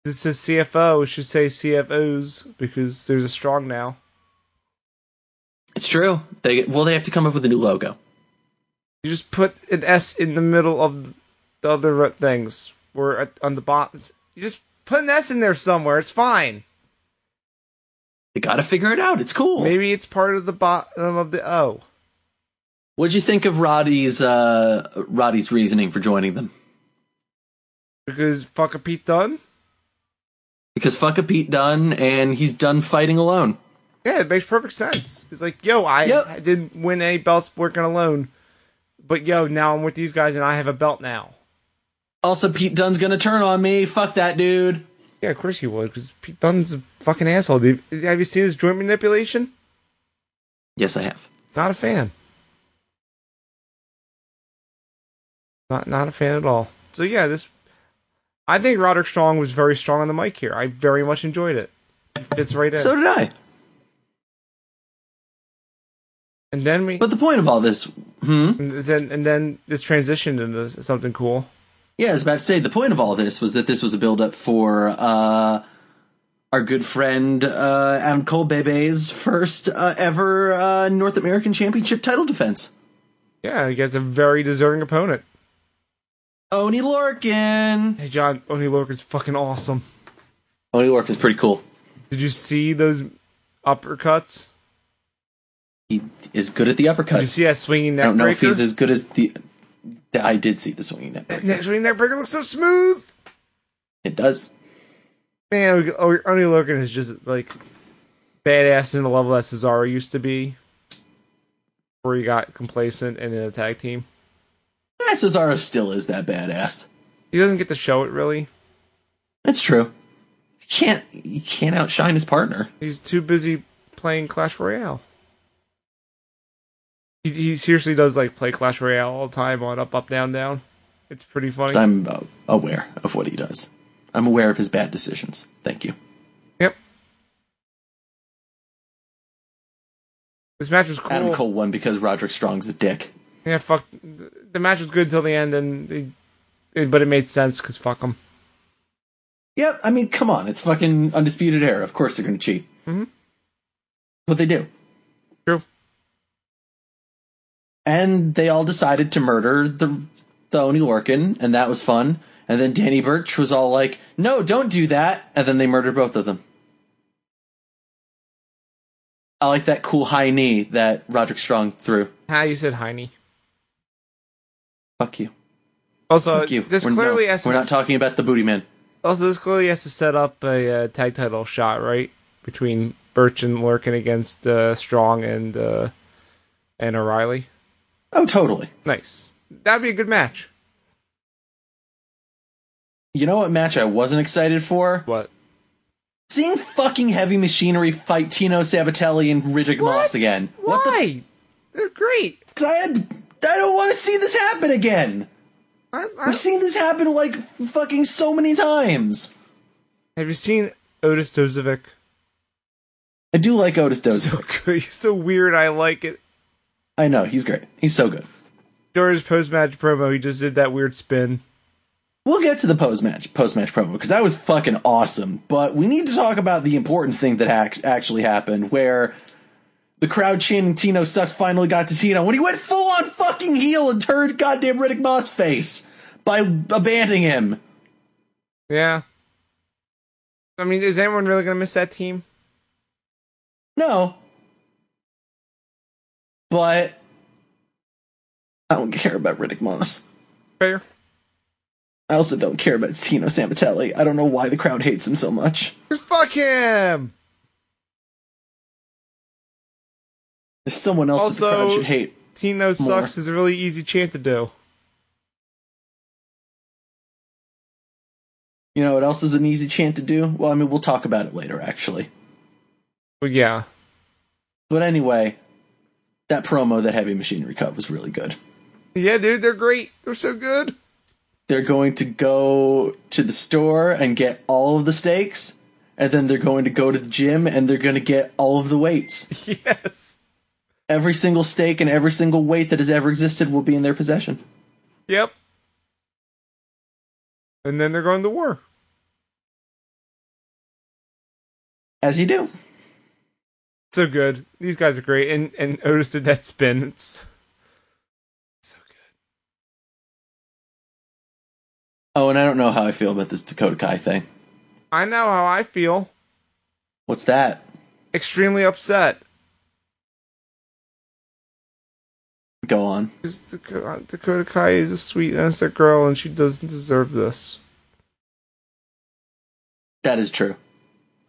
Speaker 1: This is CFO. It should say CFOs because there's a strong now.
Speaker 2: It's true. They well, they have to come up with a new logo.
Speaker 1: You just put an S in the middle of the other things, or at, on the bottom. You just put an S in there somewhere. It's fine.
Speaker 2: They got to figure it out. It's cool.
Speaker 1: Maybe it's part of the bottom of the O.
Speaker 2: What'd you think of Roddy's uh, Roddy's reasoning for joining them?
Speaker 1: Because fuck a Pete Dunne?
Speaker 2: Because fuck a Pete Dunne, and he's done fighting alone.
Speaker 1: Yeah, it makes perfect sense. It's like, yo, I,
Speaker 2: Yep.
Speaker 1: I didn't win any belts working alone, but yo, now I'm with these guys and I have a belt now.
Speaker 2: Also, Pete Dunne's gonna turn on me. Fuck that dude.
Speaker 1: Yeah, of course he would, because Pete Dunne's a fucking asshole. Have have you seen his joint manipulation?
Speaker 2: Yes, I have.
Speaker 1: Not a fan. Not not a fan at all. So yeah, this I think Roderick Strong was very strong on the mic here. I very much enjoyed it. It fits right in.
Speaker 2: So did I.
Speaker 1: and then we
Speaker 2: But the point of all this, hmm?
Speaker 1: and then and then this transitioned into something cool.
Speaker 2: Yeah, I was about to say the point of all this was that this was a build up for uh, our good friend uh, Adam Cole Bebe's first uh, ever uh, North American Championship title defense.
Speaker 1: Yeah, against a very deserving opponent.
Speaker 2: Oni Lorcan.
Speaker 1: Hey John, Oni Lorcan's fucking awesome.
Speaker 2: Oni Lorcan's pretty cool.
Speaker 1: Did you see those uppercuts?
Speaker 2: He is good at the uppercuts.
Speaker 1: Did you see that swinging neck
Speaker 2: I don't know if
Speaker 1: breaker?
Speaker 2: he's as good as the. the- I did see the swinging net. break.
Speaker 1: That swinging neck breaker looks so smooth.
Speaker 2: It does.
Speaker 1: Man, O- Oni Lorcan is just like badass in the level that Cesaro used to be, where he got complacent and in a tag team.
Speaker 2: Eh, Cesaro still is that badass.
Speaker 1: He doesn't get to show it really.
Speaker 2: That's true. You can't you can't outshine his partner.
Speaker 1: He's too busy playing Clash Royale. He, he seriously does like play Clash Royale all the time on up, up, down, down. It's pretty funny.
Speaker 2: I'm uh, aware of what he does. I'm aware of his bad decisions. Thank you.
Speaker 1: Yep. This match was cool.
Speaker 2: Adam Cole won because Roderick Strong's a dick.
Speaker 1: Yeah, fuck. th- The match was good till the end, and they, it, but it made sense because fuck them.
Speaker 2: Yep. I mean, come on. It's fucking undisputed era. Of course they're going to cheat.
Speaker 1: Mhm.
Speaker 2: What they do.
Speaker 1: True.
Speaker 2: and they all decided to murder the the Oni Lorcan, and that was fun. And then Danny Birch was all like, no, don't do that. And then they murdered both of them. I like that cool high knee that Roderick Strong threw.
Speaker 1: How you said Heine.
Speaker 2: Fuck you.
Speaker 1: Also,
Speaker 2: Fuck you.
Speaker 1: Uh, this
Speaker 2: We're- no,
Speaker 1: clearly has
Speaker 2: we're
Speaker 1: to
Speaker 2: not talking about the booty man.
Speaker 1: Also, this clearly has to set up a uh, tag title shot, right? Between Birch and Lurkin against uh, Strong and uh, and O'Reilly.
Speaker 2: Oh, totally.
Speaker 1: Nice. That'd be a good match.
Speaker 2: You know what match I wasn't excited for?
Speaker 1: What?
Speaker 2: Seeing fucking Heavy Machinery fight Tino Sabatelli and Riddick Moss again.
Speaker 1: Why?
Speaker 2: What the?
Speaker 1: They're great.
Speaker 2: 'cause I had. I don't want to see this happen again.
Speaker 1: I, I,
Speaker 2: I've seen this happen like fucking so many times.
Speaker 1: have you seen Otis Dozovic?
Speaker 2: I do like Otis Dozier.
Speaker 1: So good. He's so weird. I like it.
Speaker 2: I know he's great. He's so good.
Speaker 1: During his post-match promo, he just did that weird spin.
Speaker 2: We'll get to the post match post match promo because that was fucking awesome. But we need to talk about the important thing that ac- actually happened, where the crowd chanting "Tino sucks" finally got to Tino when he went full on fucking heel and turned goddamn Riddick Moss face by abandoning him.
Speaker 1: Yeah. I mean, is anyone really gonna miss that team?
Speaker 2: No, but I don't care about Riddick Moss.
Speaker 1: Fair.
Speaker 2: I also don't care about Tino Sabatelli. I don't know why the crowd hates him so much.
Speaker 1: Just fuck him.
Speaker 2: There's someone else that the crowd
Speaker 1: Also-
Speaker 2: should hate.
Speaker 1: Tino sucks is a really easy chant to do.
Speaker 2: You know what else is an easy chant to do? Well, I mean, we'll talk about it later, actually.
Speaker 1: But yeah.
Speaker 2: But anyway, that promo that Heavy Machinery cut was really good.
Speaker 1: Yeah, dude, they're great. They're so good.
Speaker 2: They're going to go to the store and get all of the steaks, and then they're going to go to the gym and they're going to get all of the weights.
Speaker 1: Yes.
Speaker 2: Every single steak and every single weight that has ever existed will be in their possession.
Speaker 1: Yep. And then they're going to war.
Speaker 2: As you do.
Speaker 1: So good. These guys are great. And and Otis did that spin. It's so good.
Speaker 2: Oh, and I don't know how I feel about this Dakota Kai thing.
Speaker 1: I know how I feel.
Speaker 2: What's that?
Speaker 1: Extremely upset.
Speaker 2: Go on.
Speaker 1: Because Dakota, Dakota Kai is a sweet, innocent girl, and she doesn't deserve this.
Speaker 2: That is true.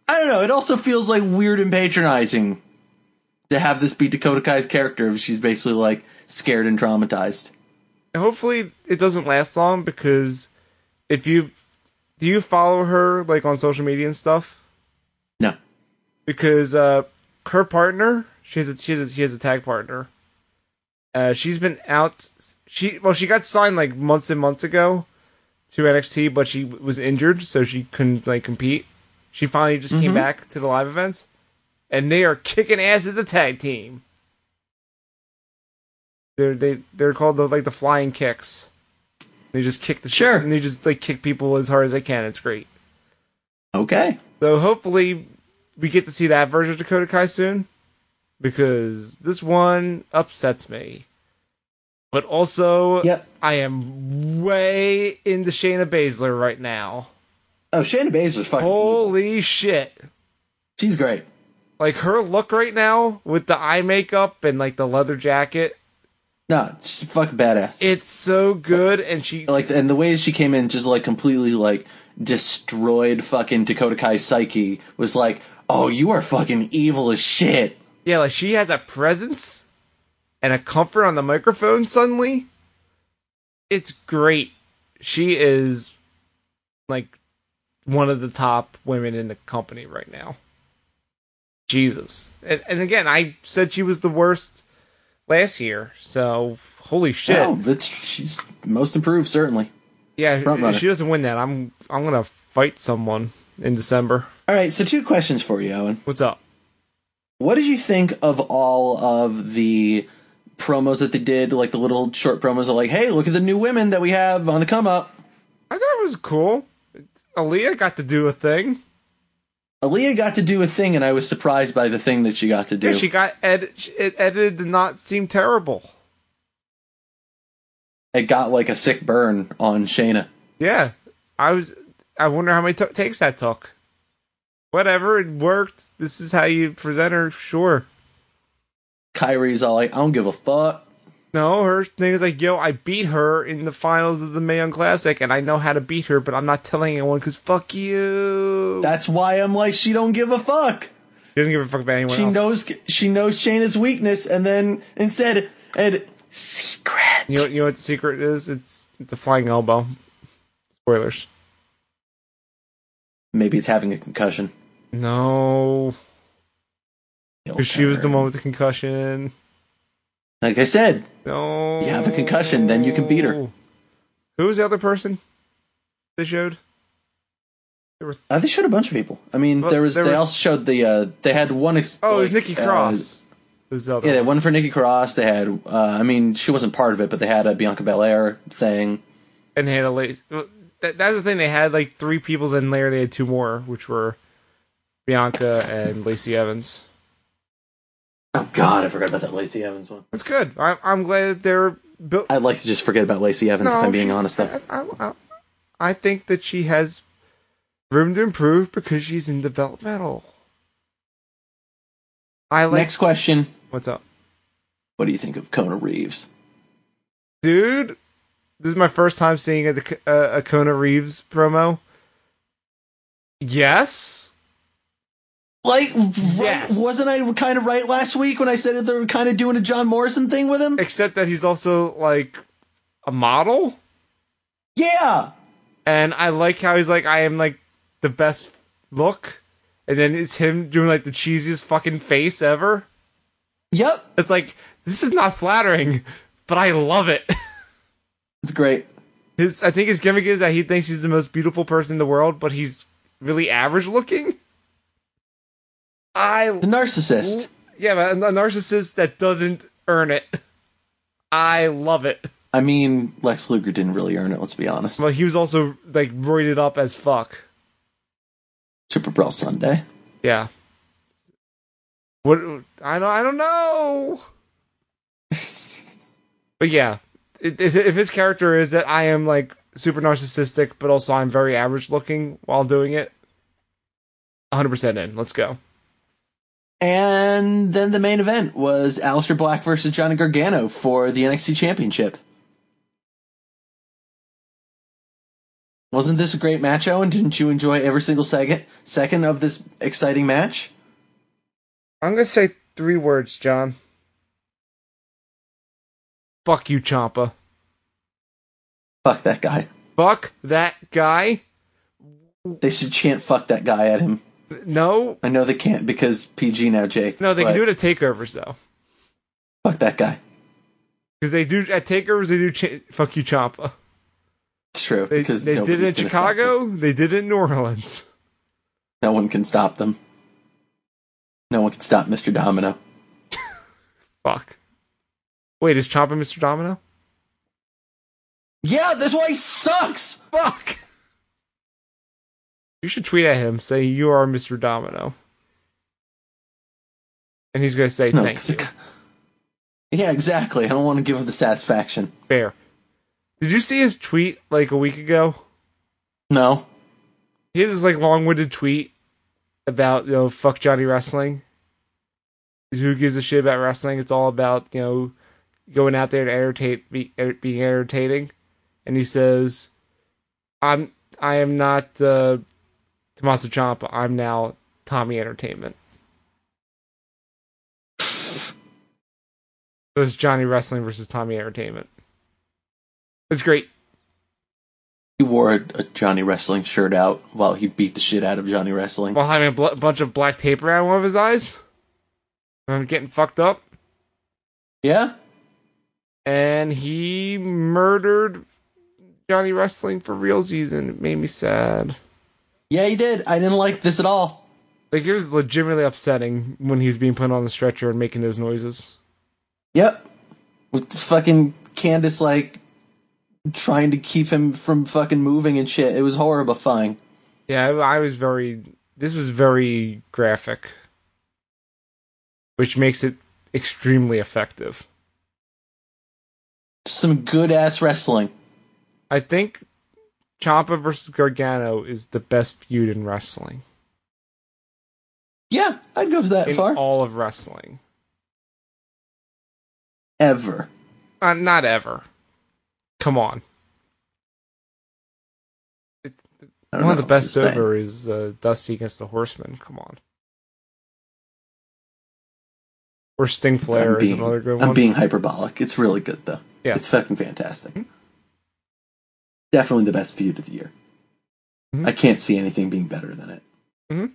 Speaker 2: I don't know. It also feels like weird and patronizing to have this be Dakota Kai's character. She's basically like scared and traumatized.
Speaker 1: hopefully it doesn't last long because if you do you follow her like on social media and stuff
Speaker 2: No.
Speaker 1: because uh her partner she has a she has a, she has a tag partner uh she's been out she well she got signed like months and months ago to NXT but she was injured so she couldn't like compete she finally just came back to the live events and they are kicking ass as a tag team they're they they're called the, like the flying kicks they just kick the shit-
Speaker 2: Sure.
Speaker 1: and they just like kick people as hard as they can it's great
Speaker 2: Okay.
Speaker 1: so hopefully we get to see that version of Dakota Kai soon because this one upsets me. But also,
Speaker 2: Yep.
Speaker 1: I am way into Shayna Baszler right now.
Speaker 2: Oh, Shayna Baszler's fucking.
Speaker 1: Holy shit.
Speaker 2: She's great.
Speaker 1: Like her look right now with the eye makeup and like the leather jacket,
Speaker 2: No, she's fucking badass.
Speaker 1: it's so good and she
Speaker 2: like, and the way she came in, just like completely like destroyed fucking Dakota Kai's psyche. Was like, oh, you are fucking evil as shit.
Speaker 1: Yeah, like she has a presence and a comfort on the microphone suddenly. It's great. She is like one of the top women in the company right now. Jesus. And, and again, I said she was the worst last year, so holy shit.
Speaker 2: No, but she's most improved certainly.
Speaker 1: yeah, if-
Speaker 2: front
Speaker 1: if
Speaker 2: runner.
Speaker 1: she doesn't win that, I'm I'm gonna fight someone in December.
Speaker 2: All right, so two questions for you, Owen.
Speaker 1: What's up?
Speaker 2: What did you think of all of the promos that they did? Like the little short promos of like, "Hey, look at the new women that we have on the come up."
Speaker 1: I thought it was cool. Aaliyah got to do a thing.
Speaker 2: Aaliyah got to do a thing, and I was surprised by the thing that she got to do.
Speaker 1: Yeah, she got ed- she- it edited to not seem terrible.
Speaker 2: it got like a sick burn on Shayna.
Speaker 1: Yeah, I was. I wonder how many t- takes that took. Whatever, it worked. This is how you present her. Sure.
Speaker 2: Kyrie's all like, I don't give a fuck.
Speaker 1: No, her thing is like, yo, I beat her in the finals of the Mae Young Classic, and I know how to beat her, but I'm not telling anyone because fuck you.
Speaker 2: That's why I'm like, she don't give a fuck.
Speaker 1: She doesn't give a fuck about anyone
Speaker 2: She
Speaker 1: else.
Speaker 2: knows she knows Shayna's weakness, and then instead, and secret.
Speaker 1: You know, you know what the secret is? It's it's a flying elbow. Spoilers.
Speaker 2: Maybe it's having a concussion.
Speaker 1: No, because she was the
Speaker 2: Turn.
Speaker 1: one with the concussion.
Speaker 2: Like I said,
Speaker 1: No.
Speaker 2: You have a concussion, then you can beat her.
Speaker 1: Who was the other person they showed? There were
Speaker 2: uh, they showed a bunch of people. I mean,
Speaker 1: Well,
Speaker 2: there was.
Speaker 1: there
Speaker 2: they
Speaker 1: were-
Speaker 2: also showed the. Uh, they had one. Ex-
Speaker 1: oh, it was
Speaker 2: like,
Speaker 1: Nikki
Speaker 2: uh,
Speaker 1: Cross. It was the other
Speaker 2: yeah, they had
Speaker 1: one.
Speaker 2: one for Nikki Cross. They had. Uh, I mean, she wasn't part of it, but they had a Bianca Belair thing.
Speaker 1: and they had a late. That, that's the thing. They had like three people. Then later they had two more, which were Bianca and Lacey Evans.
Speaker 2: Oh God, I forgot about that Lacey Evans one.
Speaker 1: That's good. I'm I'm glad that they're built.
Speaker 2: I'd like to just forget about Lacey Evans if I'm being
Speaker 1: she's- uh,
Speaker 2: honest. Though.
Speaker 1: I, I, I- I think that she has room to improve because she's in developmental. I like.
Speaker 2: Next question:
Speaker 1: What's up?
Speaker 2: What do you think of Kona Reeves?
Speaker 1: dude, this is my first time seeing a, a, a Kona Reeves promo. Yes,
Speaker 2: Like, right-
Speaker 1: Yes.
Speaker 2: wasn't I kind of right last week when I said that they were kind of doing a John Morrison thing with him?
Speaker 1: except that he's also like a model,
Speaker 2: Yeah,
Speaker 1: and I like how he's like, I am like the best look, and then it's him doing like the cheesiest fucking face ever.
Speaker 2: yep,
Speaker 1: It's like this is not flattering, but I love it.
Speaker 2: it's great.
Speaker 1: His, I think his gimmick is that he thinks he's the most beautiful person in the world, but he's really average looking. I
Speaker 2: The narcissist.
Speaker 1: Yeah, but a narcissist that doesn't earn it. I love it.
Speaker 2: I mean, Lex Luger didn't really earn it. Let's be honest.
Speaker 1: Well, he was also like roided up as fuck.
Speaker 2: Super Brawl Sunday.
Speaker 1: Yeah. What I don't I don't know. But yeah, It- if if his character is that I am like super narcissistic, but also I'm very average looking while doing it. 100% in. Let's go.
Speaker 2: And then the main event was Aleister Black versus Johnny Gargano for the NXT Championship. Wasn't this a great match, Owen? Didn't you enjoy every single second second of this exciting match?
Speaker 1: I'm gonna say three words, John. Fuck you, Champa.
Speaker 2: Fuck that guy.
Speaker 1: Fuck that guy.
Speaker 2: They should chant "fuck that guy" at him.
Speaker 1: No,
Speaker 2: I know they can't because PG now, Jake.
Speaker 1: No, they can
Speaker 2: but
Speaker 1: do it at takeovers though,
Speaker 2: Fuck that guy.
Speaker 1: because they do at takeovers they do ch- fuck you Champa.
Speaker 2: It's true
Speaker 1: They
Speaker 2: because
Speaker 1: they did
Speaker 2: nobody's
Speaker 1: it in
Speaker 2: gonna stop them.
Speaker 1: Chicago. They did it in New Orleans.
Speaker 2: No one can stop them. No one can stop Mr. Domino.
Speaker 1: Fuck. Wait, is Champa Mr. Domino?
Speaker 2: Yeah, that's why he sucks.
Speaker 1: Fuck. You should tweet at him. Say you are Mr. Domino, and he's gonna say
Speaker 2: No,
Speaker 1: thank
Speaker 2: 'cause
Speaker 1: you.
Speaker 2: it- Yeah, exactly. I don't want to give him the satisfaction.
Speaker 1: Fair. Did you see his tweet like a week ago?
Speaker 2: No.
Speaker 1: He had this like long-winded tweet about you know fuck Johnny wrestling. Is Who gives a shit about wrestling? It's all about you know going out there and entertain, be, er, being entertaining. And he says, "I'm I am not uh, Tommaso Ciampa. I'm now Tommy Entertainment." So it's Johnny Wrestling versus Tommy Entertainment. That's great.
Speaker 2: He wore a, a Johnny Wrestling shirt out while he beat the shit out of Johnny Wrestling.
Speaker 1: while having a bl- bunch of black tape around one of his eyes. I'm getting fucked up.
Speaker 2: Yeah?
Speaker 1: And he murdered Johnny Wrestling for real season. It made me sad.
Speaker 2: Yeah, he did. I didn't like this at all.
Speaker 1: Like, it was legitimately upsetting when he was being put on the stretcher and making those noises.
Speaker 2: Yep. With the fucking Candace, like, trying to keep him from fucking moving and shit. It was horrifying.
Speaker 1: Yeah, I I was very. This was very graphic. Which makes it extremely effective.
Speaker 2: Some good ass wrestling.
Speaker 1: I think Champa versus Gargano is the best feud in wrestling.
Speaker 2: Yeah, I'd go that
Speaker 1: In
Speaker 2: far.
Speaker 1: all of wrestling.
Speaker 2: Ever.
Speaker 1: Uh, not ever. Come on. It's
Speaker 2: I
Speaker 1: one
Speaker 2: don't
Speaker 1: of the
Speaker 2: know,
Speaker 1: best
Speaker 2: just saying.
Speaker 1: over is uh, Dusty against the Horseman. Come on. Or Sting Flair
Speaker 2: I'm
Speaker 1: is
Speaker 2: being-
Speaker 1: another good
Speaker 2: I'm
Speaker 1: one.
Speaker 2: being hyperbolic. It's really good though.
Speaker 1: Yes.
Speaker 2: It's fucking fantastic.
Speaker 1: Hmm.
Speaker 2: Definitely the best feud of the year.
Speaker 1: Mhm.
Speaker 2: I can't see anything being better than it.
Speaker 1: Mhm.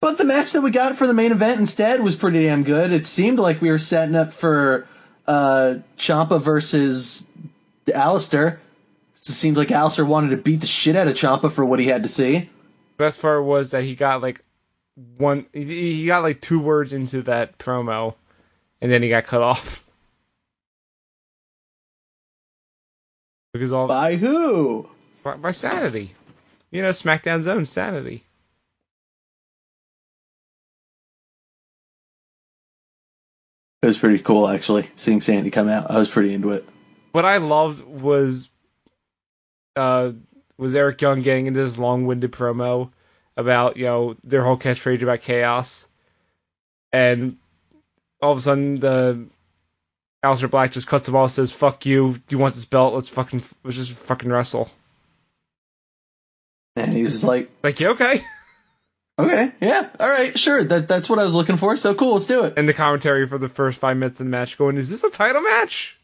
Speaker 2: But the match that we got for the main event instead was pretty damn good. It seemed like we were setting up for uh Champa versus Alistair. It seemed like Alistair wanted to beat the shit out of Champa for what he had to see.
Speaker 1: best part was that he got like one he he got like two words into that promo and then he got cut off because all
Speaker 2: By who?
Speaker 1: by, by sanity you know smackdown's own sanity
Speaker 2: It was pretty cool actually, seeing Sandy come out. I was pretty into it.
Speaker 1: what i loved was uh was eric young getting into this long-winded promo about you know their whole catchphrase about chaos and all of a sudden the Alistair Black just cuts him off, says "fuck you, do you want this belt? Let's fucking let's just fucking wrestle."
Speaker 2: And he was just like,
Speaker 1: Like, yeah, okay.
Speaker 2: Okay, yeah, all right, sure. That that's what I was looking for. So cool, let's do it.
Speaker 1: And the commentary for the first five minutes of the match going, "Is this a title match?"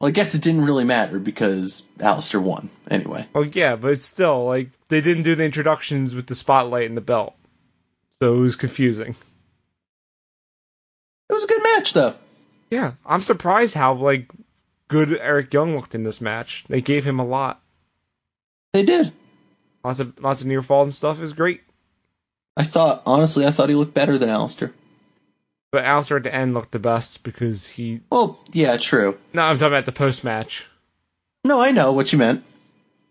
Speaker 2: Well, I guess it didn't really matter because Alistair won anyway.
Speaker 1: Well, yeah, but it's still like they didn't do the introductions with the spotlight and the belt, so it was confusing.
Speaker 2: It was a good match though.
Speaker 1: Yeah, I'm surprised how like good Eric Young looked in this match. They gave him a lot,
Speaker 2: They did.
Speaker 1: lots of lots of near falls and stuff. It was great,
Speaker 2: I thought honestly, I thought he looked better than Alistair.
Speaker 1: but Alistair at the end looked the best because he.
Speaker 2: Well, yeah, true.
Speaker 1: No, I'm talking about the post match.
Speaker 2: No, I know what you meant.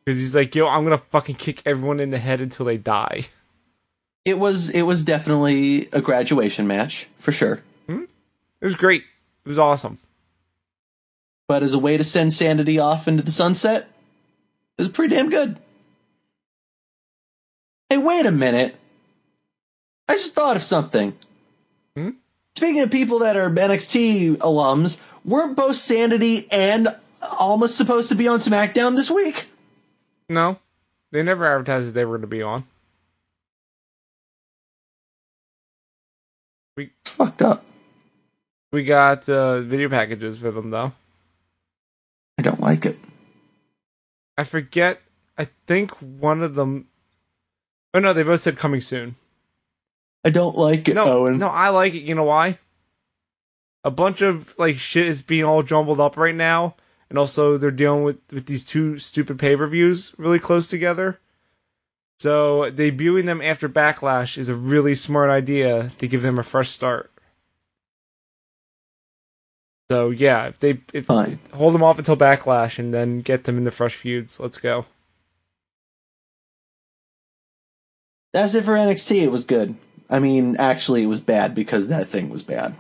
Speaker 1: Because he's like, yo, I'm gonna fucking kick everyone in the head until they die.
Speaker 2: It was it was definitely a graduation match for sure.
Speaker 1: It was great. It was awesome.
Speaker 2: But as a way to send sanity off into the sunset, it was pretty damn good. Hey, wait a minute. I just thought of something.
Speaker 1: Hmm?
Speaker 2: Speaking of people that are NXT alums, weren't both Sanity and Alma supposed to be on SmackDown this week?
Speaker 1: No, they never advertised that they were gonna be on.
Speaker 2: Fucked up.
Speaker 1: We got uh, video packages for them though.
Speaker 2: I don't like it.
Speaker 1: I forget. I think one of them. Oh no, they both said coming soon.
Speaker 2: I don't like it,
Speaker 1: No,
Speaker 2: Owen.
Speaker 1: no, I like it. You know why? A bunch of like shit is being all jumbled up right now, and also they're dealing with with these two stupid pay per views really close together. So debuting them after Backlash is a really smart idea to give them a fresh start. So yeah, if they if
Speaker 2: Fine.
Speaker 1: hold them off until Backlash and then get them into fresh feuds, let's go.
Speaker 2: That's it for NXT. It was good. I mean, actually, it was bad because that thing was bad.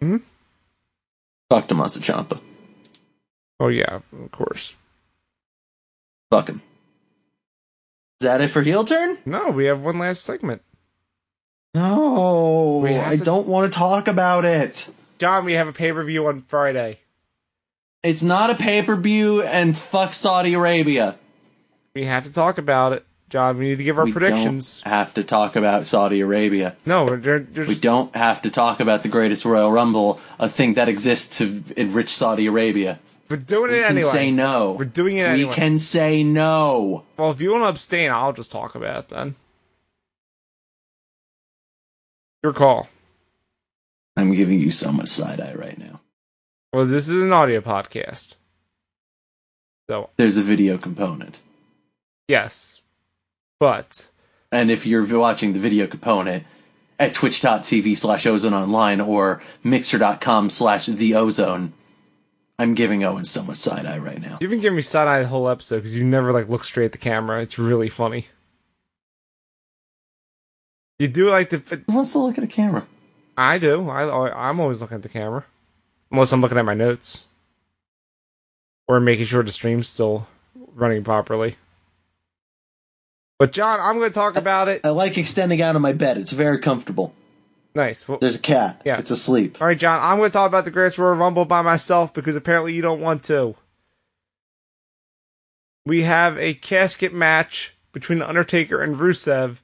Speaker 1: Hmm?
Speaker 2: Fuck Tommaso Ciampa.
Speaker 1: Oh yeah, of course.
Speaker 2: Fuck him. Is that it for heel turn?
Speaker 1: No, we have one last segment.
Speaker 2: No,
Speaker 1: We have
Speaker 2: I
Speaker 1: to-
Speaker 2: don't want to talk about it.
Speaker 1: John, we have a pay per view on Friday.
Speaker 2: It's not a pay per view, and fuck Saudi Arabia.
Speaker 1: We have to talk about it, John. We need to give our
Speaker 2: we
Speaker 1: predictions.
Speaker 2: don't have to talk about Saudi Arabia.
Speaker 1: No, we're, they're, they're
Speaker 2: We
Speaker 1: just,
Speaker 2: don't have to talk about the greatest Royal Rumble, a thing that exists to enrich Saudi Arabia.
Speaker 1: we're doing
Speaker 2: We
Speaker 1: it
Speaker 2: can
Speaker 1: anyway.
Speaker 2: say no.
Speaker 1: We're doing it anyway.
Speaker 2: We can say no.
Speaker 1: Well, if you want to abstain, I'll just talk about it then. Your call.
Speaker 2: I'm giving you so much side eye right now.
Speaker 1: Well, this is an audio podcast. So,
Speaker 2: There's a video component.
Speaker 1: yes. But,
Speaker 2: And if you're watching the video component at twitch.tv slash ozone online or mixer.com slash the ozone, I'm giving Owen so much side eye right now.
Speaker 1: you've been giving me side eye the whole episode because you never, like, look straight at the camera. It's really funny. You do like the.
Speaker 2: Who wants to look at a camera?
Speaker 1: I do. I, I'm always looking at the camera. Unless I'm looking at my notes. or making sure the stream's still running properly. But John, I'm going to talk about it.
Speaker 2: I like extending out on my bed. It's very comfortable.
Speaker 1: Nice. Well,
Speaker 2: There's a cat.
Speaker 1: Yeah.
Speaker 2: It's asleep.
Speaker 1: all right, John, I'm going to talk about the Greatest Royal Rumble by myself because apparently you don't want to. We have a casket match between the Undertaker and Rusev,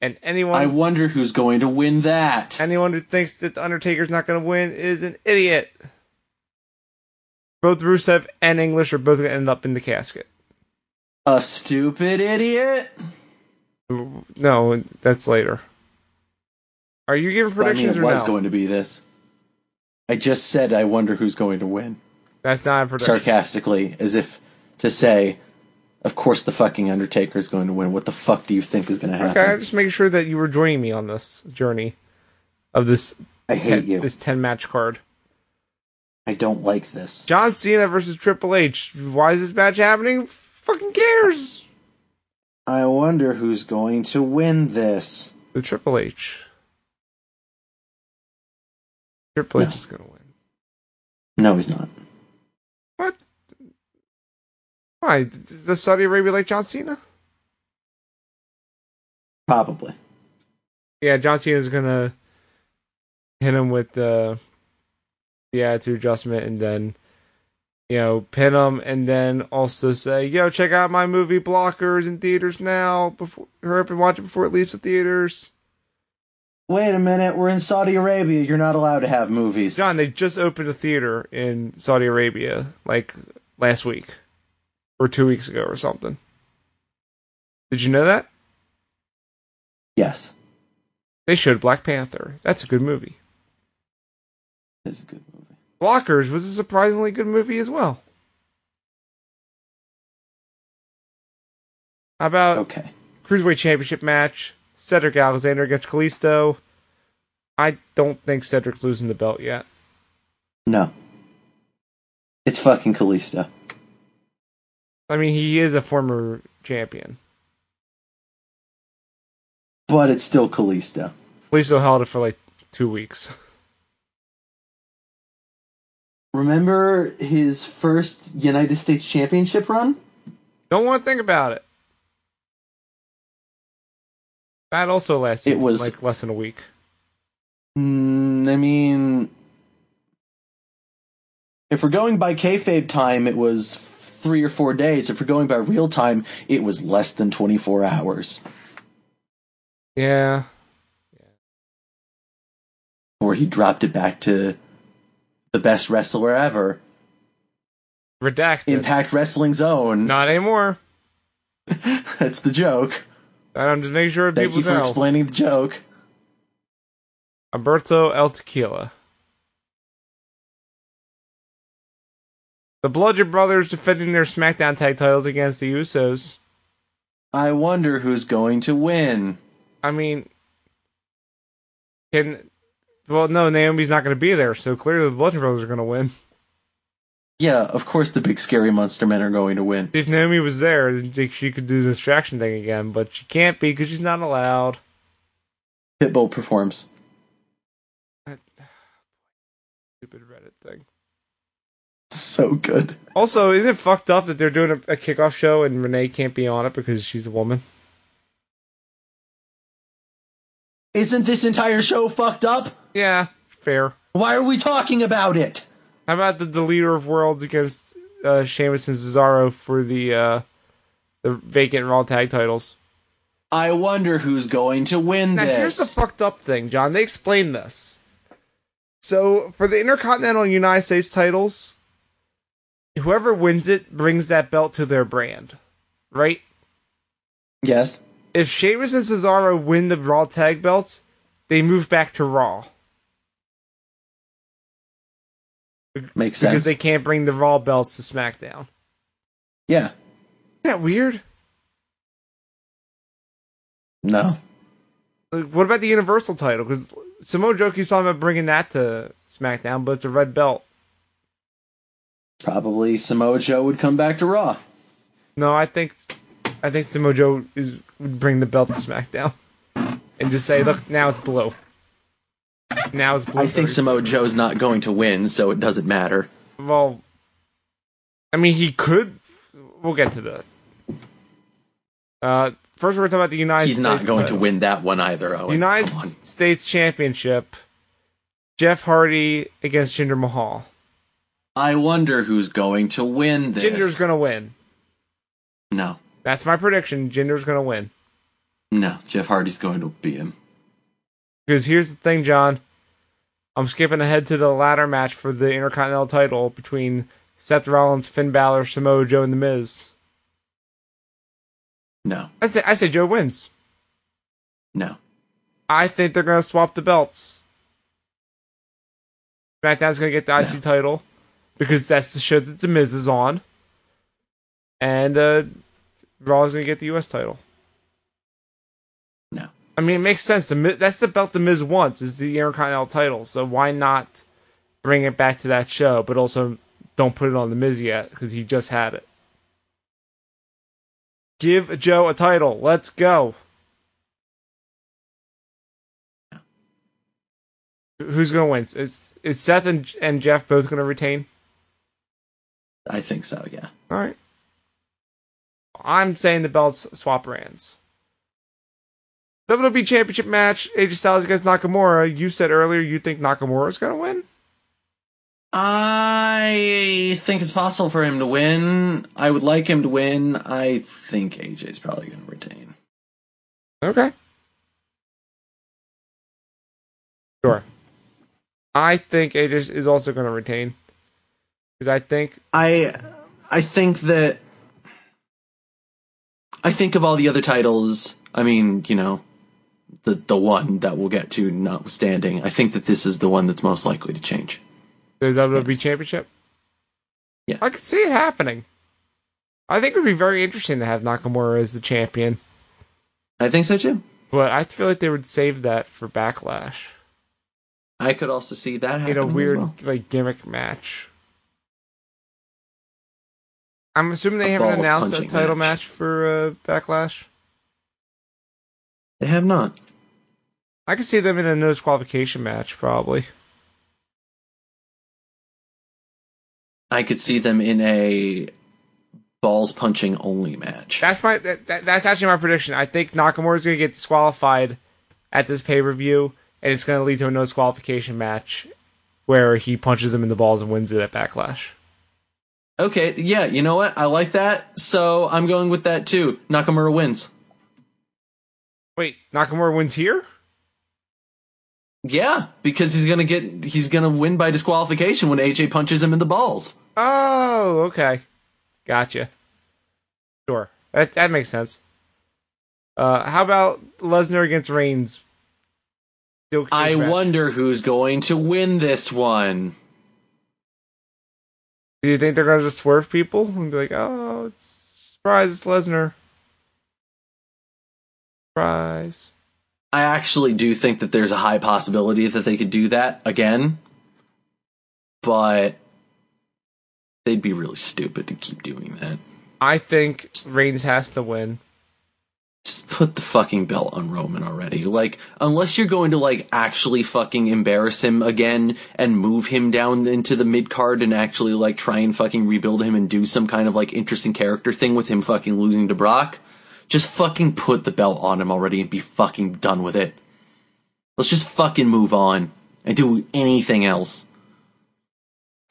Speaker 1: and anyone
Speaker 2: I wonder who's going to win that.
Speaker 1: Anyone who thinks that the Undertaker's not going to win is an idiot. Both Rusev and English are both going to end up in the casket.
Speaker 2: A stupid idiot.
Speaker 1: No, that's later. Are you giving
Speaker 2: But I mean,
Speaker 1: predictions
Speaker 2: it was
Speaker 1: or no?
Speaker 2: going to be this. I just said I wonder who's going to win.
Speaker 1: that's not a prediction.
Speaker 2: Sarcastically, as if to say, of course the fucking Undertaker is going to win. What the fuck do you think is going to happen?
Speaker 1: Okay, I'm just making sure that you were joining me on this journey of this
Speaker 2: I hate you.
Speaker 1: this ten match card.
Speaker 2: I don't like this.
Speaker 1: John Cena versus Triple H. Why is this match happening? Fucking cares.
Speaker 2: I wonder who's going to win this.
Speaker 1: The Triple H. Triple H is going to win.
Speaker 2: No, he's not.
Speaker 1: What? Why? Does Saudi Arabia like John Cena?
Speaker 2: Probably.
Speaker 1: Yeah, John Cena's gonna hit him with the the attitude adjustment, and then you know pin him, and then also say, "Yo, check out my movie Blockers in theaters now. Before hurry up and watch it before it leaves the theaters."
Speaker 2: Wait a minute, we're in Saudi Arabia. You're not allowed to have movies.
Speaker 1: John, they just opened a theater in Saudi Arabia like last week or two weeks ago or something. Did you know that?
Speaker 2: Yes.
Speaker 1: They showed Black Panther. That's a good movie.
Speaker 2: This is a good movie.
Speaker 1: Blockers was a surprisingly good movie as well. How about
Speaker 2: Okay.
Speaker 1: Cruiserweight Championship match? Cedric Alexander against Kalisto. I don't think Cedric's losing the belt yet.
Speaker 2: No. It's fucking Kalisto.
Speaker 1: I mean, he is a former champion.
Speaker 2: But it's still Kalisto.
Speaker 1: Kalisto held it for like two weeks.
Speaker 2: Remember his first United States Championship run?
Speaker 1: Don't want to think about it. That also lasted
Speaker 2: It was-
Speaker 1: like less than a week.
Speaker 2: Mm, I mean, if we're going by kayfabe time, it was three or four days. If we're going by real time, it was less than 24 hours.
Speaker 1: Yeah.
Speaker 2: Or he dropped it back to the best wrestler ever,
Speaker 1: Redacted.
Speaker 2: Impact Wrestling's own.
Speaker 1: Not anymore.
Speaker 2: That's the joke.
Speaker 1: I'm just making sure
Speaker 2: Thank
Speaker 1: people
Speaker 2: you for
Speaker 1: know.
Speaker 2: explaining the joke.
Speaker 1: Alberto El Tequila. The Bludgeon Brothers defending their SmackDown tag titles against the Usos.
Speaker 2: I wonder who's going to win.
Speaker 1: I mean, can. Well, no, Naomi's not going to be there, so clearly the Bludgeon Brothers are going to win.
Speaker 2: Yeah, of course the big scary monster men are going to win.
Speaker 1: If Naomi was there, then she- she could do the distraction thing again, but she can't be because she's not allowed.
Speaker 2: Pitbull performs.
Speaker 1: Stupid Reddit thing.
Speaker 2: So good.
Speaker 1: Also, isn't it fucked up that they're doing a, a kickoff show and Renee can't be on it because she's a woman?
Speaker 2: Isn't this entire show fucked up?
Speaker 1: Yeah, fair.
Speaker 2: Why are we talking about it?
Speaker 1: How about the, the leader of worlds against uh, Sheamus and Cesaro for the uh, the vacant Raw tag titles?
Speaker 2: I wonder who's going to win
Speaker 1: Now here's
Speaker 2: this.
Speaker 1: the fucked up thing, John. They explained this. So for the Intercontinental and United States titles, whoever wins it brings that belt to their brand, right?
Speaker 2: yes.
Speaker 1: If Sheamus and Cesaro win the Raw tag belts, they move back to Raw
Speaker 2: Makes sense.
Speaker 1: because they can't bring the Raw belts to SmackDown.
Speaker 2: yeah.
Speaker 1: Isn't that weird?
Speaker 2: No.
Speaker 1: Like, what about the Universal title? Because Samoa Joe keeps talking about bringing that to SmackDown, but it's a red belt.
Speaker 2: Probably Samoa Joe would come back to Raw.
Speaker 1: No, I think I think Samoa Joe is would bring the belt to SmackDown and just say, "Look, now it's blue. Now it's blue."
Speaker 2: I think
Speaker 1: for-
Speaker 2: Samoa Joe's not going to win, so it doesn't matter.
Speaker 1: Well, I mean, he could. We'll get to that. Uh, first, we're talking about the United
Speaker 2: He's
Speaker 1: States.
Speaker 2: not going to
Speaker 1: title.
Speaker 2: win that one either, Owen.
Speaker 1: United
Speaker 2: Come on.
Speaker 1: States Championship. Jeff Hardy against Jinder Mahal.
Speaker 2: I wonder who's going to win this.
Speaker 1: Jinder's going to win.
Speaker 2: No.
Speaker 1: That's my prediction. Jinder's going to win.
Speaker 2: No. Jeff Hardy's going to beat him.
Speaker 1: Because here's the thing, John. I'm skipping ahead to the ladder match for the Intercontinental title between Seth Rollins, Finn Balor, Samoa Joe, and The Miz.
Speaker 2: No.
Speaker 1: I say, I say Joe wins.
Speaker 2: No.
Speaker 1: I think they're going to swap the belts. SmackDown's going to get the IC
Speaker 2: Yeah.
Speaker 1: title because that's the show that The Miz is on. And uh, Raw is going to get the US title.
Speaker 2: No.
Speaker 1: I mean, it makes sense. The Miz, that's the belt The Miz wants is the Intercontinental title. So why not bring it back to that show? But also, don't put it on The Miz yet because he just had it. Give Joe a title. Let's go. Who's gonna win? Is is Seth and and Jeff both gonna retain?
Speaker 2: I think so, yeah.
Speaker 1: All right. I'm saying the belts swap brands. WWE Championship match: AJ Styles against Nakamura. You said earlier you think Nakamura's gonna win.
Speaker 2: I think it's possible for him to win. I would like him to win. I think AJ's probably going to retain.
Speaker 1: Okay. Sure. I think AJ is also gonna retain because I think
Speaker 2: I I think that I think of all the other titles, I mean, you know, the the one that we'll get to notwithstanding, I think that this is the one that's most likely to change.
Speaker 1: The WWE
Speaker 2: Yes.
Speaker 1: Championship?
Speaker 2: Yeah.
Speaker 1: I could see it happening. I think it would be very interesting to have Nakamura as the champion,
Speaker 2: I think so too.
Speaker 1: but I feel like they would save that for Backlash
Speaker 2: I could also see that
Speaker 1: in
Speaker 2: happening
Speaker 1: a weird
Speaker 2: as well.
Speaker 1: like gimmick match. I'm assuming they
Speaker 2: A
Speaker 1: haven't
Speaker 2: balls
Speaker 1: announced a
Speaker 2: punching
Speaker 1: title match,
Speaker 2: match.
Speaker 1: for uh, Backlash.
Speaker 2: They have not.
Speaker 1: I could see them in a no disqualification match, probably.
Speaker 2: I could see them in a balls punching only match.
Speaker 1: That's my that, that- that's actually my prediction. I think Nakamura's going to get disqualified at this pay per view, and it's going to lead to a no disqualification match where he punches him in the balls and wins it at Backlash.
Speaker 2: Okay, yeah, you know what? I like that. So I'm going with that too. Nakamura wins.
Speaker 1: Wait, Nakamura wins here?
Speaker 2: Yeah, because he's gonna get he's gonna win by disqualification when AJ punches him in the balls.
Speaker 1: Oh, okay, gotcha. Sure, that that makes sense. Uh, how about Lesnar against Reigns? Steel cage
Speaker 2: I
Speaker 1: match.
Speaker 2: wonder who's going to win this one.
Speaker 1: Do you think they're going to just swerve people and be like, "Oh, it's surprise, it's Lesnar." Surprise.
Speaker 2: I actually do think that there's a high possibility that they could do that again. But they'd be really stupid to keep doing that.
Speaker 1: I think Reigns has to win.
Speaker 2: just put the fucking belt on Roman already. Like, unless you're going to like actually fucking embarrass him again and move him down into the mid card and actually like try and fucking rebuild him and do some kind of like interesting character thing with him fucking losing to Brock, just fucking put the belt on him already and be fucking done with it. Let's just fucking move on and do anything else.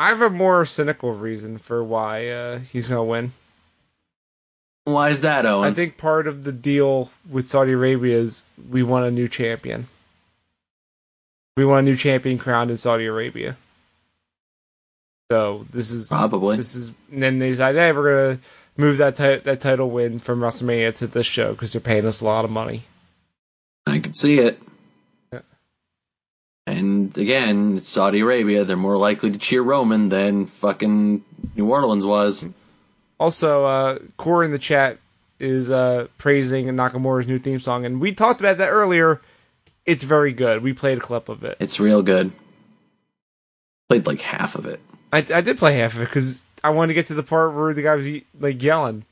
Speaker 1: I have a more cynical reason for why uh, he's going to win.
Speaker 2: Why is that, Owen?
Speaker 1: I think part of the deal with Saudi Arabia is we want a new champion. We want a new champion crowned in Saudi Arabia. So this is
Speaker 2: Probably.
Speaker 1: this is and then they decide hey we're going to move that ti- that title win from WrestleMania to this show because they're paying us a lot of money.
Speaker 2: I could see it.
Speaker 1: Yeah.
Speaker 2: And again, it's Saudi Arabia. They're more likely to cheer Roman than fucking New Orleans was.
Speaker 1: Also, uh, Corey in the chat is uh, praising Nakamura's new theme song, and we talked about that earlier. It's very good. We played a clip of it.
Speaker 2: It's real good. Played like half of it.
Speaker 1: I, I did play half of it because I wanted to get to the part where the guy was ye- like yelling.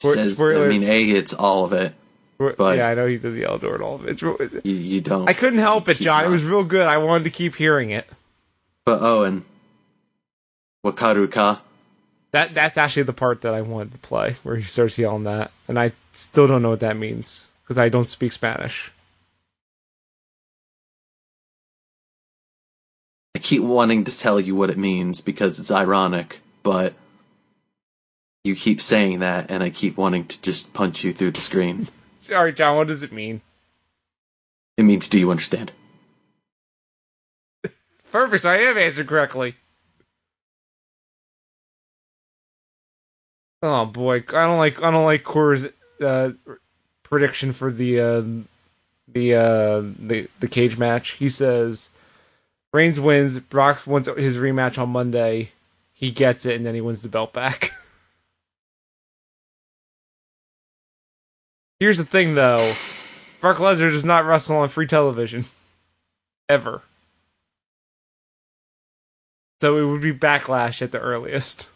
Speaker 1: Spoil-
Speaker 2: Says, I
Speaker 1: spoilers.
Speaker 2: mean, A, it's all of it.
Speaker 1: Where-
Speaker 2: But-
Speaker 1: yeah, I know he does yell during all of it. It's real,
Speaker 2: You, you don't.
Speaker 1: I couldn't help it,
Speaker 2: Keep
Speaker 1: John. It
Speaker 2: not.
Speaker 1: was real good. I wanted to keep hearing it.
Speaker 2: But Owen, Wakaru ka.
Speaker 1: That that's actually the part that I wanted to play, where he starts yelling that, and I still don't know what that means because I don't speak Spanish.
Speaker 2: I keep wanting to tell you what it means because it's ironic, but you keep saying that, and I keep wanting to just punch you through the screen.
Speaker 1: Sorry, John. What does it mean?
Speaker 2: It means, do you understand?
Speaker 1: Perfect. So I have answered correctly. Oh boy, I don't like I don't like Core's uh, prediction for the uh, the uh, the the cage match. He says Reigns wins. Brock wants his rematch on Monday. He gets it, and then he wins the belt back. Here's the thing, though: Brock Lesnar does not wrestle on free television ever, so it would be backlash at the earliest.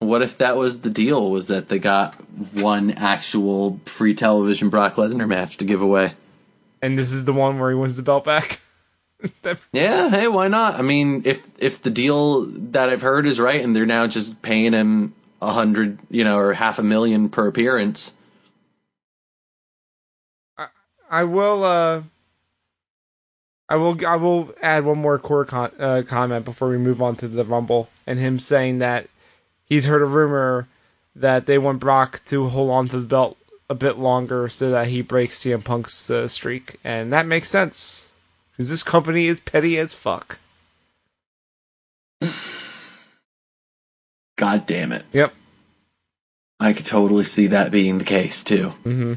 Speaker 2: What if that was the deal? Was that they got one actual free television Brock Lesnar match to give away?
Speaker 1: and this is the one where he wins the belt back. That-
Speaker 2: Yeah, hey, why not? I mean, if if the deal that I've heard is right, and they're now just paying him a hundred, you know, or half a million per appearance,
Speaker 1: I will. uh I will. I will add one more core con- uh, comment before we move on to the Rumble and him saying that he's heard a rumor that they want Brock to hold on to the belt a bit longer so that he breaks CM Punk's uh, streak, and that makes sense because this company is petty as fuck.
Speaker 2: god damn it,
Speaker 1: Yep.
Speaker 2: I could totally see that being the case too.
Speaker 1: Mm-hmm.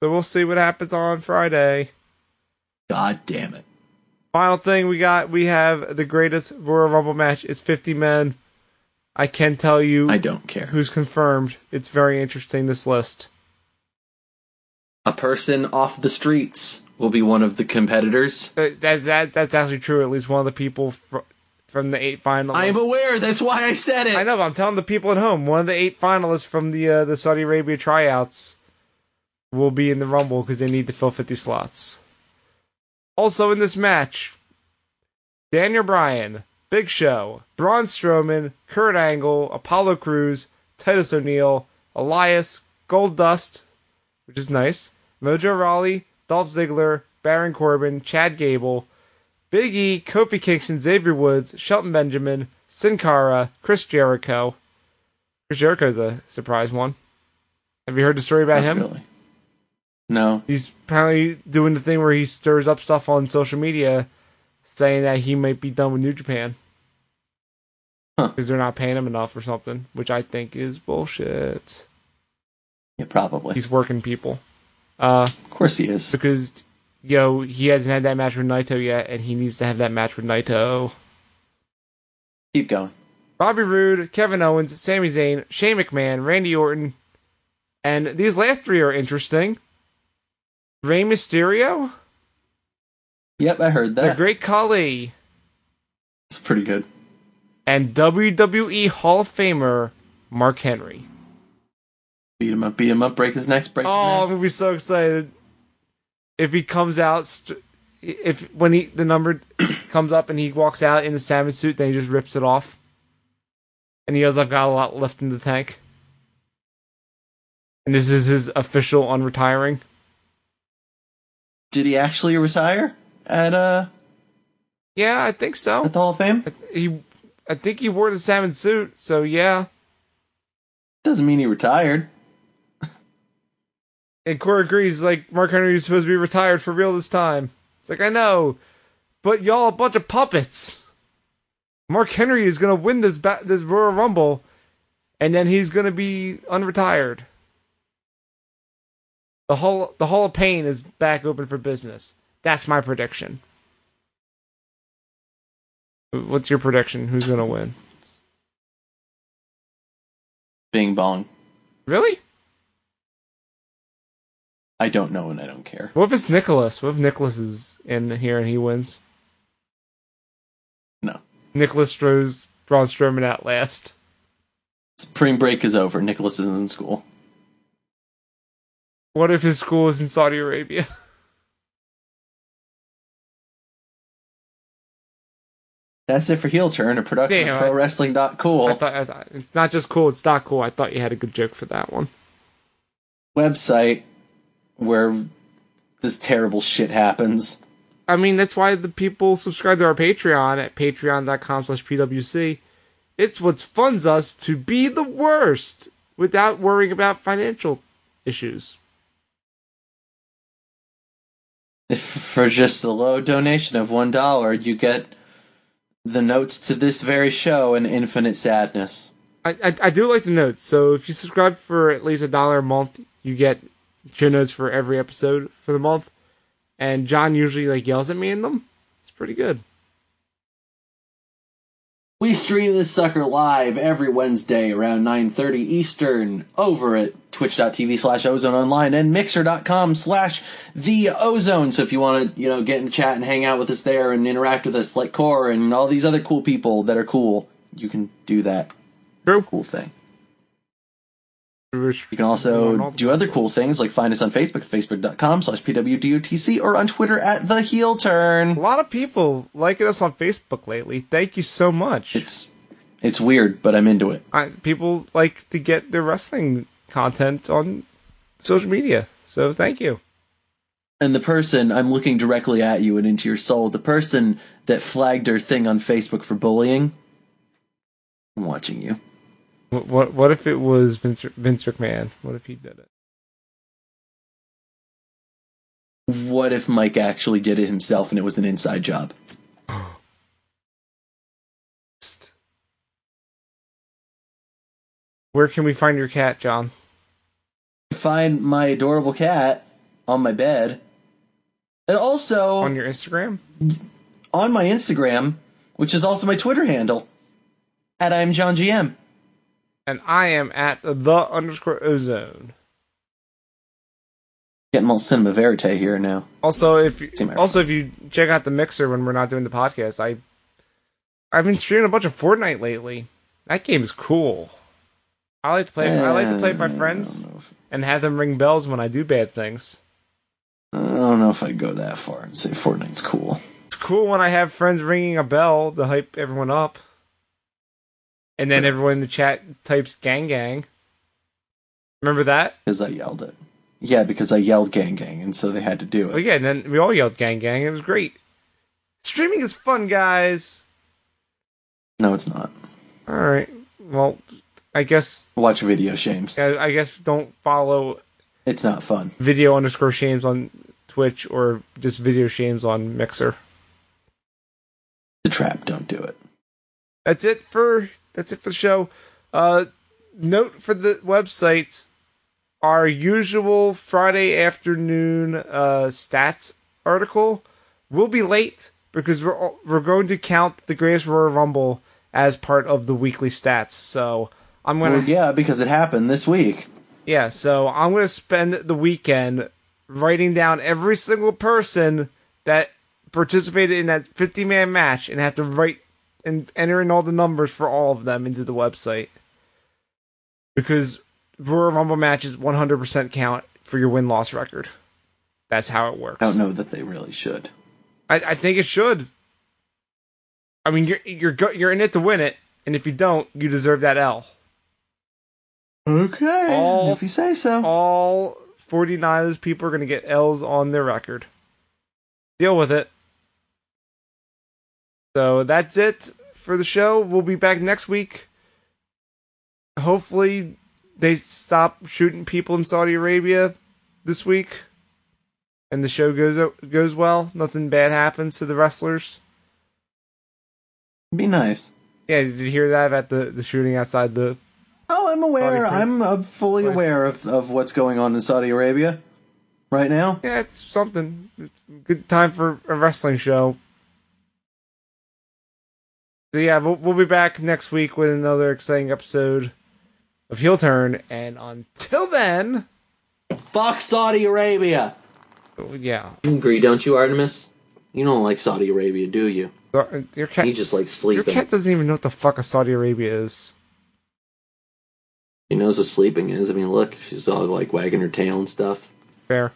Speaker 1: So we'll see what happens on Friday.
Speaker 2: God damn it.
Speaker 1: Final thing we got, we have the greatest Royal Rumble match. It's 50 men. I can tell you
Speaker 2: I don't care.
Speaker 1: who's confirmed. It's very interesting, this list.
Speaker 2: A person off the streets will be one of the competitors.
Speaker 1: Uh, That, that, that's actually true. At least one of the people fr- from the eight finalists.
Speaker 2: I am aware. That's why I said it.
Speaker 1: I know, but I'm telling the people at home. One of the eight finalists from the, uh, the Saudi Arabia tryouts will be in the Rumble because they need to fill 50 slots. Also in this match, Daniel Bryan, Big Show, Braun Strowman, Kurt Angle, Apollo Crews, Titus O'Neil, Elias, Gold Dust, which is nice, Mojo Rawley, Dolph Ziggler, Baron Corbin, Chad Gable, Big E, Kofi Kingston, Xavier Woods, Shelton Benjamin, Sin Cara, Chris Jericho. Chris Jericho's a surprise one. Have you heard the story about
Speaker 2: Not
Speaker 1: him?
Speaker 2: Really. No.
Speaker 1: he's apparently doing the thing where he stirs up stuff on social media saying that he might be done with New Japan
Speaker 2: Huh.
Speaker 1: because they're not paying him enough or something, which I think is bullshit.
Speaker 2: Yeah, probably.
Speaker 1: He's working people. Uh,
Speaker 2: of course he is.
Speaker 1: because, yo, he hasn't had that match with Naito yet, and he needs to have that match with Naito.
Speaker 2: Keep going.
Speaker 1: Bobby Roode, Kevin Owens, Sami Zayn, Shane McMahon, Randy Orton, and these last three are interesting. Rey Mysterio,
Speaker 2: Yep, I heard
Speaker 1: the
Speaker 2: that.
Speaker 1: Great Khali,
Speaker 2: It's pretty good.
Speaker 1: and WWE Hall of Famer Mark Henry.
Speaker 2: Beat him up, beat him up, break his neck, break
Speaker 1: Oh, I'm
Speaker 2: his neck.
Speaker 1: gonna be so excited if he comes out. St- if when he the number comes up and he walks out in the salmon suit, then he just rips it off, and he goes, "I've got a lot left in the tank." And this is his official on retiring.
Speaker 2: Did he actually retire at uh
Speaker 1: Yeah, I think so.
Speaker 2: at the Hall of Fame?
Speaker 1: He, I think he wore the salmon suit, so yeah.
Speaker 2: Doesn't mean he retired.
Speaker 1: And Corey agrees, like, Mark Henry is supposed to be retired for real this time. It's like, I know, but y'all a bunch of puppets. Mark Henry is going to win this ba- this Royal Rumble, and then he's going to be unretired. The Hall, the Hall of Pain is back open for business. That's my prediction. What's your prediction? Who's going to win?
Speaker 2: Bing bong.
Speaker 1: Really?
Speaker 2: I don't know and I don't care.
Speaker 1: What if it's Nicholas? What if Nicholas is in here and he wins?
Speaker 2: No.
Speaker 1: Nicholas throws Braun Strowman out last.
Speaker 2: Spring break is over. Nicholas isn't in school.
Speaker 1: What if his school is in Saudi Arabia?
Speaker 2: That's it for Heel Turn, a production
Speaker 1: Damn,
Speaker 2: of
Speaker 1: I-
Speaker 2: Pro Wrestling. Dot Cool.
Speaker 1: I thought, I thought it's not just cool; it's not cool. I thought you had a good joke for that one.
Speaker 2: website where this terrible shit happens.
Speaker 1: I mean, that's why the people subscribe to our Patreon at patreon.com slash PWC. It's what funds us to be the worst without worrying about financial issues.
Speaker 2: If for just a low donation of one dollar, you get the notes to this very show and infinite sadness.
Speaker 1: I, I, I do like the notes. So if you subscribe for at least a dollar a month, you get show notes for every episode for the month. And John usually like yells at me in them. It's pretty good.
Speaker 2: We stream this sucker live every Wednesday around 9.30 Eastern over at twitch.tv slash ozone online and mixer.com slash the ozone. So if you want to, you know, get in the chat and hang out with us there and interact with us like Core and all these other cool people that are cool, you can do that
Speaker 1: True.
Speaker 2: cool thing. You can also do other cool things like find us on Facebook, facebook.com slash pwdotc, or on Twitter at the heel
Speaker 1: A
Speaker 2: turn.
Speaker 1: lot of people liking us on Facebook lately. Thank you so much.
Speaker 2: It's it's weird, but I'm into it.
Speaker 1: I, people like to get their wrestling content on social media. So thank you.
Speaker 2: And the person I'm looking directly at you and into your soul, the person that flagged her thing on Facebook for bullying. I'm watching you.
Speaker 1: What what, what if it was Vince Vince McMahon? What if he did it?
Speaker 2: What if Mike actually did it himself and it was an inside job?
Speaker 1: Where can we find your cat, John?
Speaker 2: Find my adorable cat on my bed. And also
Speaker 1: On your Instagram?
Speaker 2: on my Instagram, which is also my Twitter handle, at I'm John GM.
Speaker 1: And I am at the underscore ozone.
Speaker 2: Getting all cinema verite here now.
Speaker 1: Also, if you,
Speaker 2: Team Iron.
Speaker 1: also if you check out the mixer when we're not doing the podcast, I I've been streaming a bunch of Fortnite lately. That game is cool. I like to play. I like to play with my
Speaker 2: Uh,
Speaker 1: friends
Speaker 2: I don't know if-
Speaker 1: and have them ring bells when I do bad things.
Speaker 2: I don't know if I'd go that far and say Fortnite's cool.
Speaker 1: It's cool when I have friends ringing a bell to hype everyone up, and then everyone in the chat types "gang gang." Remember that?
Speaker 2: Because I yelled it. Yeah, because I yelled gang gang, and so they had to do
Speaker 1: But
Speaker 2: it.
Speaker 1: Oh, yeah, and then we all yelled "gang gang." It was great. Streaming is fun, guys.
Speaker 2: No, it's not.
Speaker 1: All right. Well, I guess
Speaker 2: Watch video shames.
Speaker 1: I I guess don't follow
Speaker 2: It's not fun.
Speaker 1: video underscore shames on Twitch or just video shames on Mixer.
Speaker 2: It's a trap. Don't do it.
Speaker 1: That's it for that's it for the show. Uh, note for the websites: our usual Friday afternoon uh, stats article will be late because we're all, we're going to count the Greatest Royal Rumble as part of the weekly stats. So I'm gonna
Speaker 2: Well, yeah, because it happened this week.
Speaker 1: Yeah, so I'm going to spend the weekend writing down every single person that participated in that 50 man match and have to write and enter in all the numbers for all of them into the website. Because Royal Rumble matches 100% count for your win loss record. That's how it works.
Speaker 2: I don't know that they really should.
Speaker 1: I, I think it should. I mean, you're you're go, you're in it to win it, and if you don't, you deserve that L.
Speaker 2: Okay.
Speaker 1: All-
Speaker 2: if you say so.
Speaker 1: all 49ers people are going to get L's on their record. Deal with it. So that's it for the show. We'll be back next week. Hopefully, they stop shooting people in Saudi Arabia this week, and the show goes goes well. Nothing bad happens to the wrestlers.
Speaker 2: Be nice.
Speaker 1: Yeah, did you hear that about the, the shooting outside the?
Speaker 2: Oh, I'm aware.
Speaker 1: Body
Speaker 2: I'm
Speaker 1: Prince.
Speaker 2: uh, fully
Speaker 1: Place.
Speaker 2: aware of, of what's going on in Saudi Arabia right now.
Speaker 1: Yeah, it's something. It's a good time for a wrestling show. So yeah, we'll, we'll be back next week with another exciting episode of Heel Turn, and until then,
Speaker 2: Fuck Saudi Arabia.
Speaker 1: oh, yeah,
Speaker 2: You agree, don't you, Artemis? You don't like Saudi Arabia, do you?
Speaker 1: Your- your cat,
Speaker 2: You just like
Speaker 1: your
Speaker 2: sleeping.
Speaker 1: cat doesn't even know what the fuck a Saudi Arabia is.
Speaker 2: She knows what sleeping is. I mean, look, she's all like wagging her tail and stuff.
Speaker 1: Fair.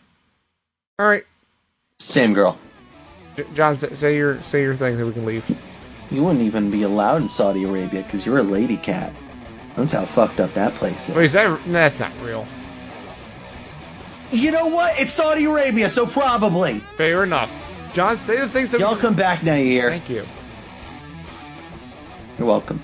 Speaker 1: All right,
Speaker 2: Same girl.
Speaker 1: J- John, say, say your say your thing, so we can leave.
Speaker 2: You wouldn't even be allowed in Saudi Arabia because you're a lady cat. That's how fucked up that place is.
Speaker 1: Wait, is that? no, That's not real.
Speaker 2: You know what? It's Saudi Arabia, so probably.
Speaker 1: Fair enough. John, say the things that.
Speaker 2: Y'all come back now, you hear.
Speaker 1: Thank you.
Speaker 2: You're welcome.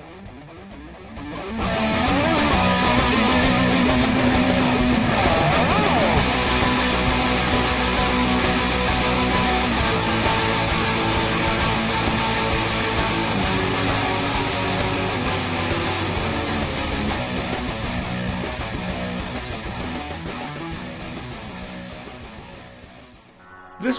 Speaker 1: This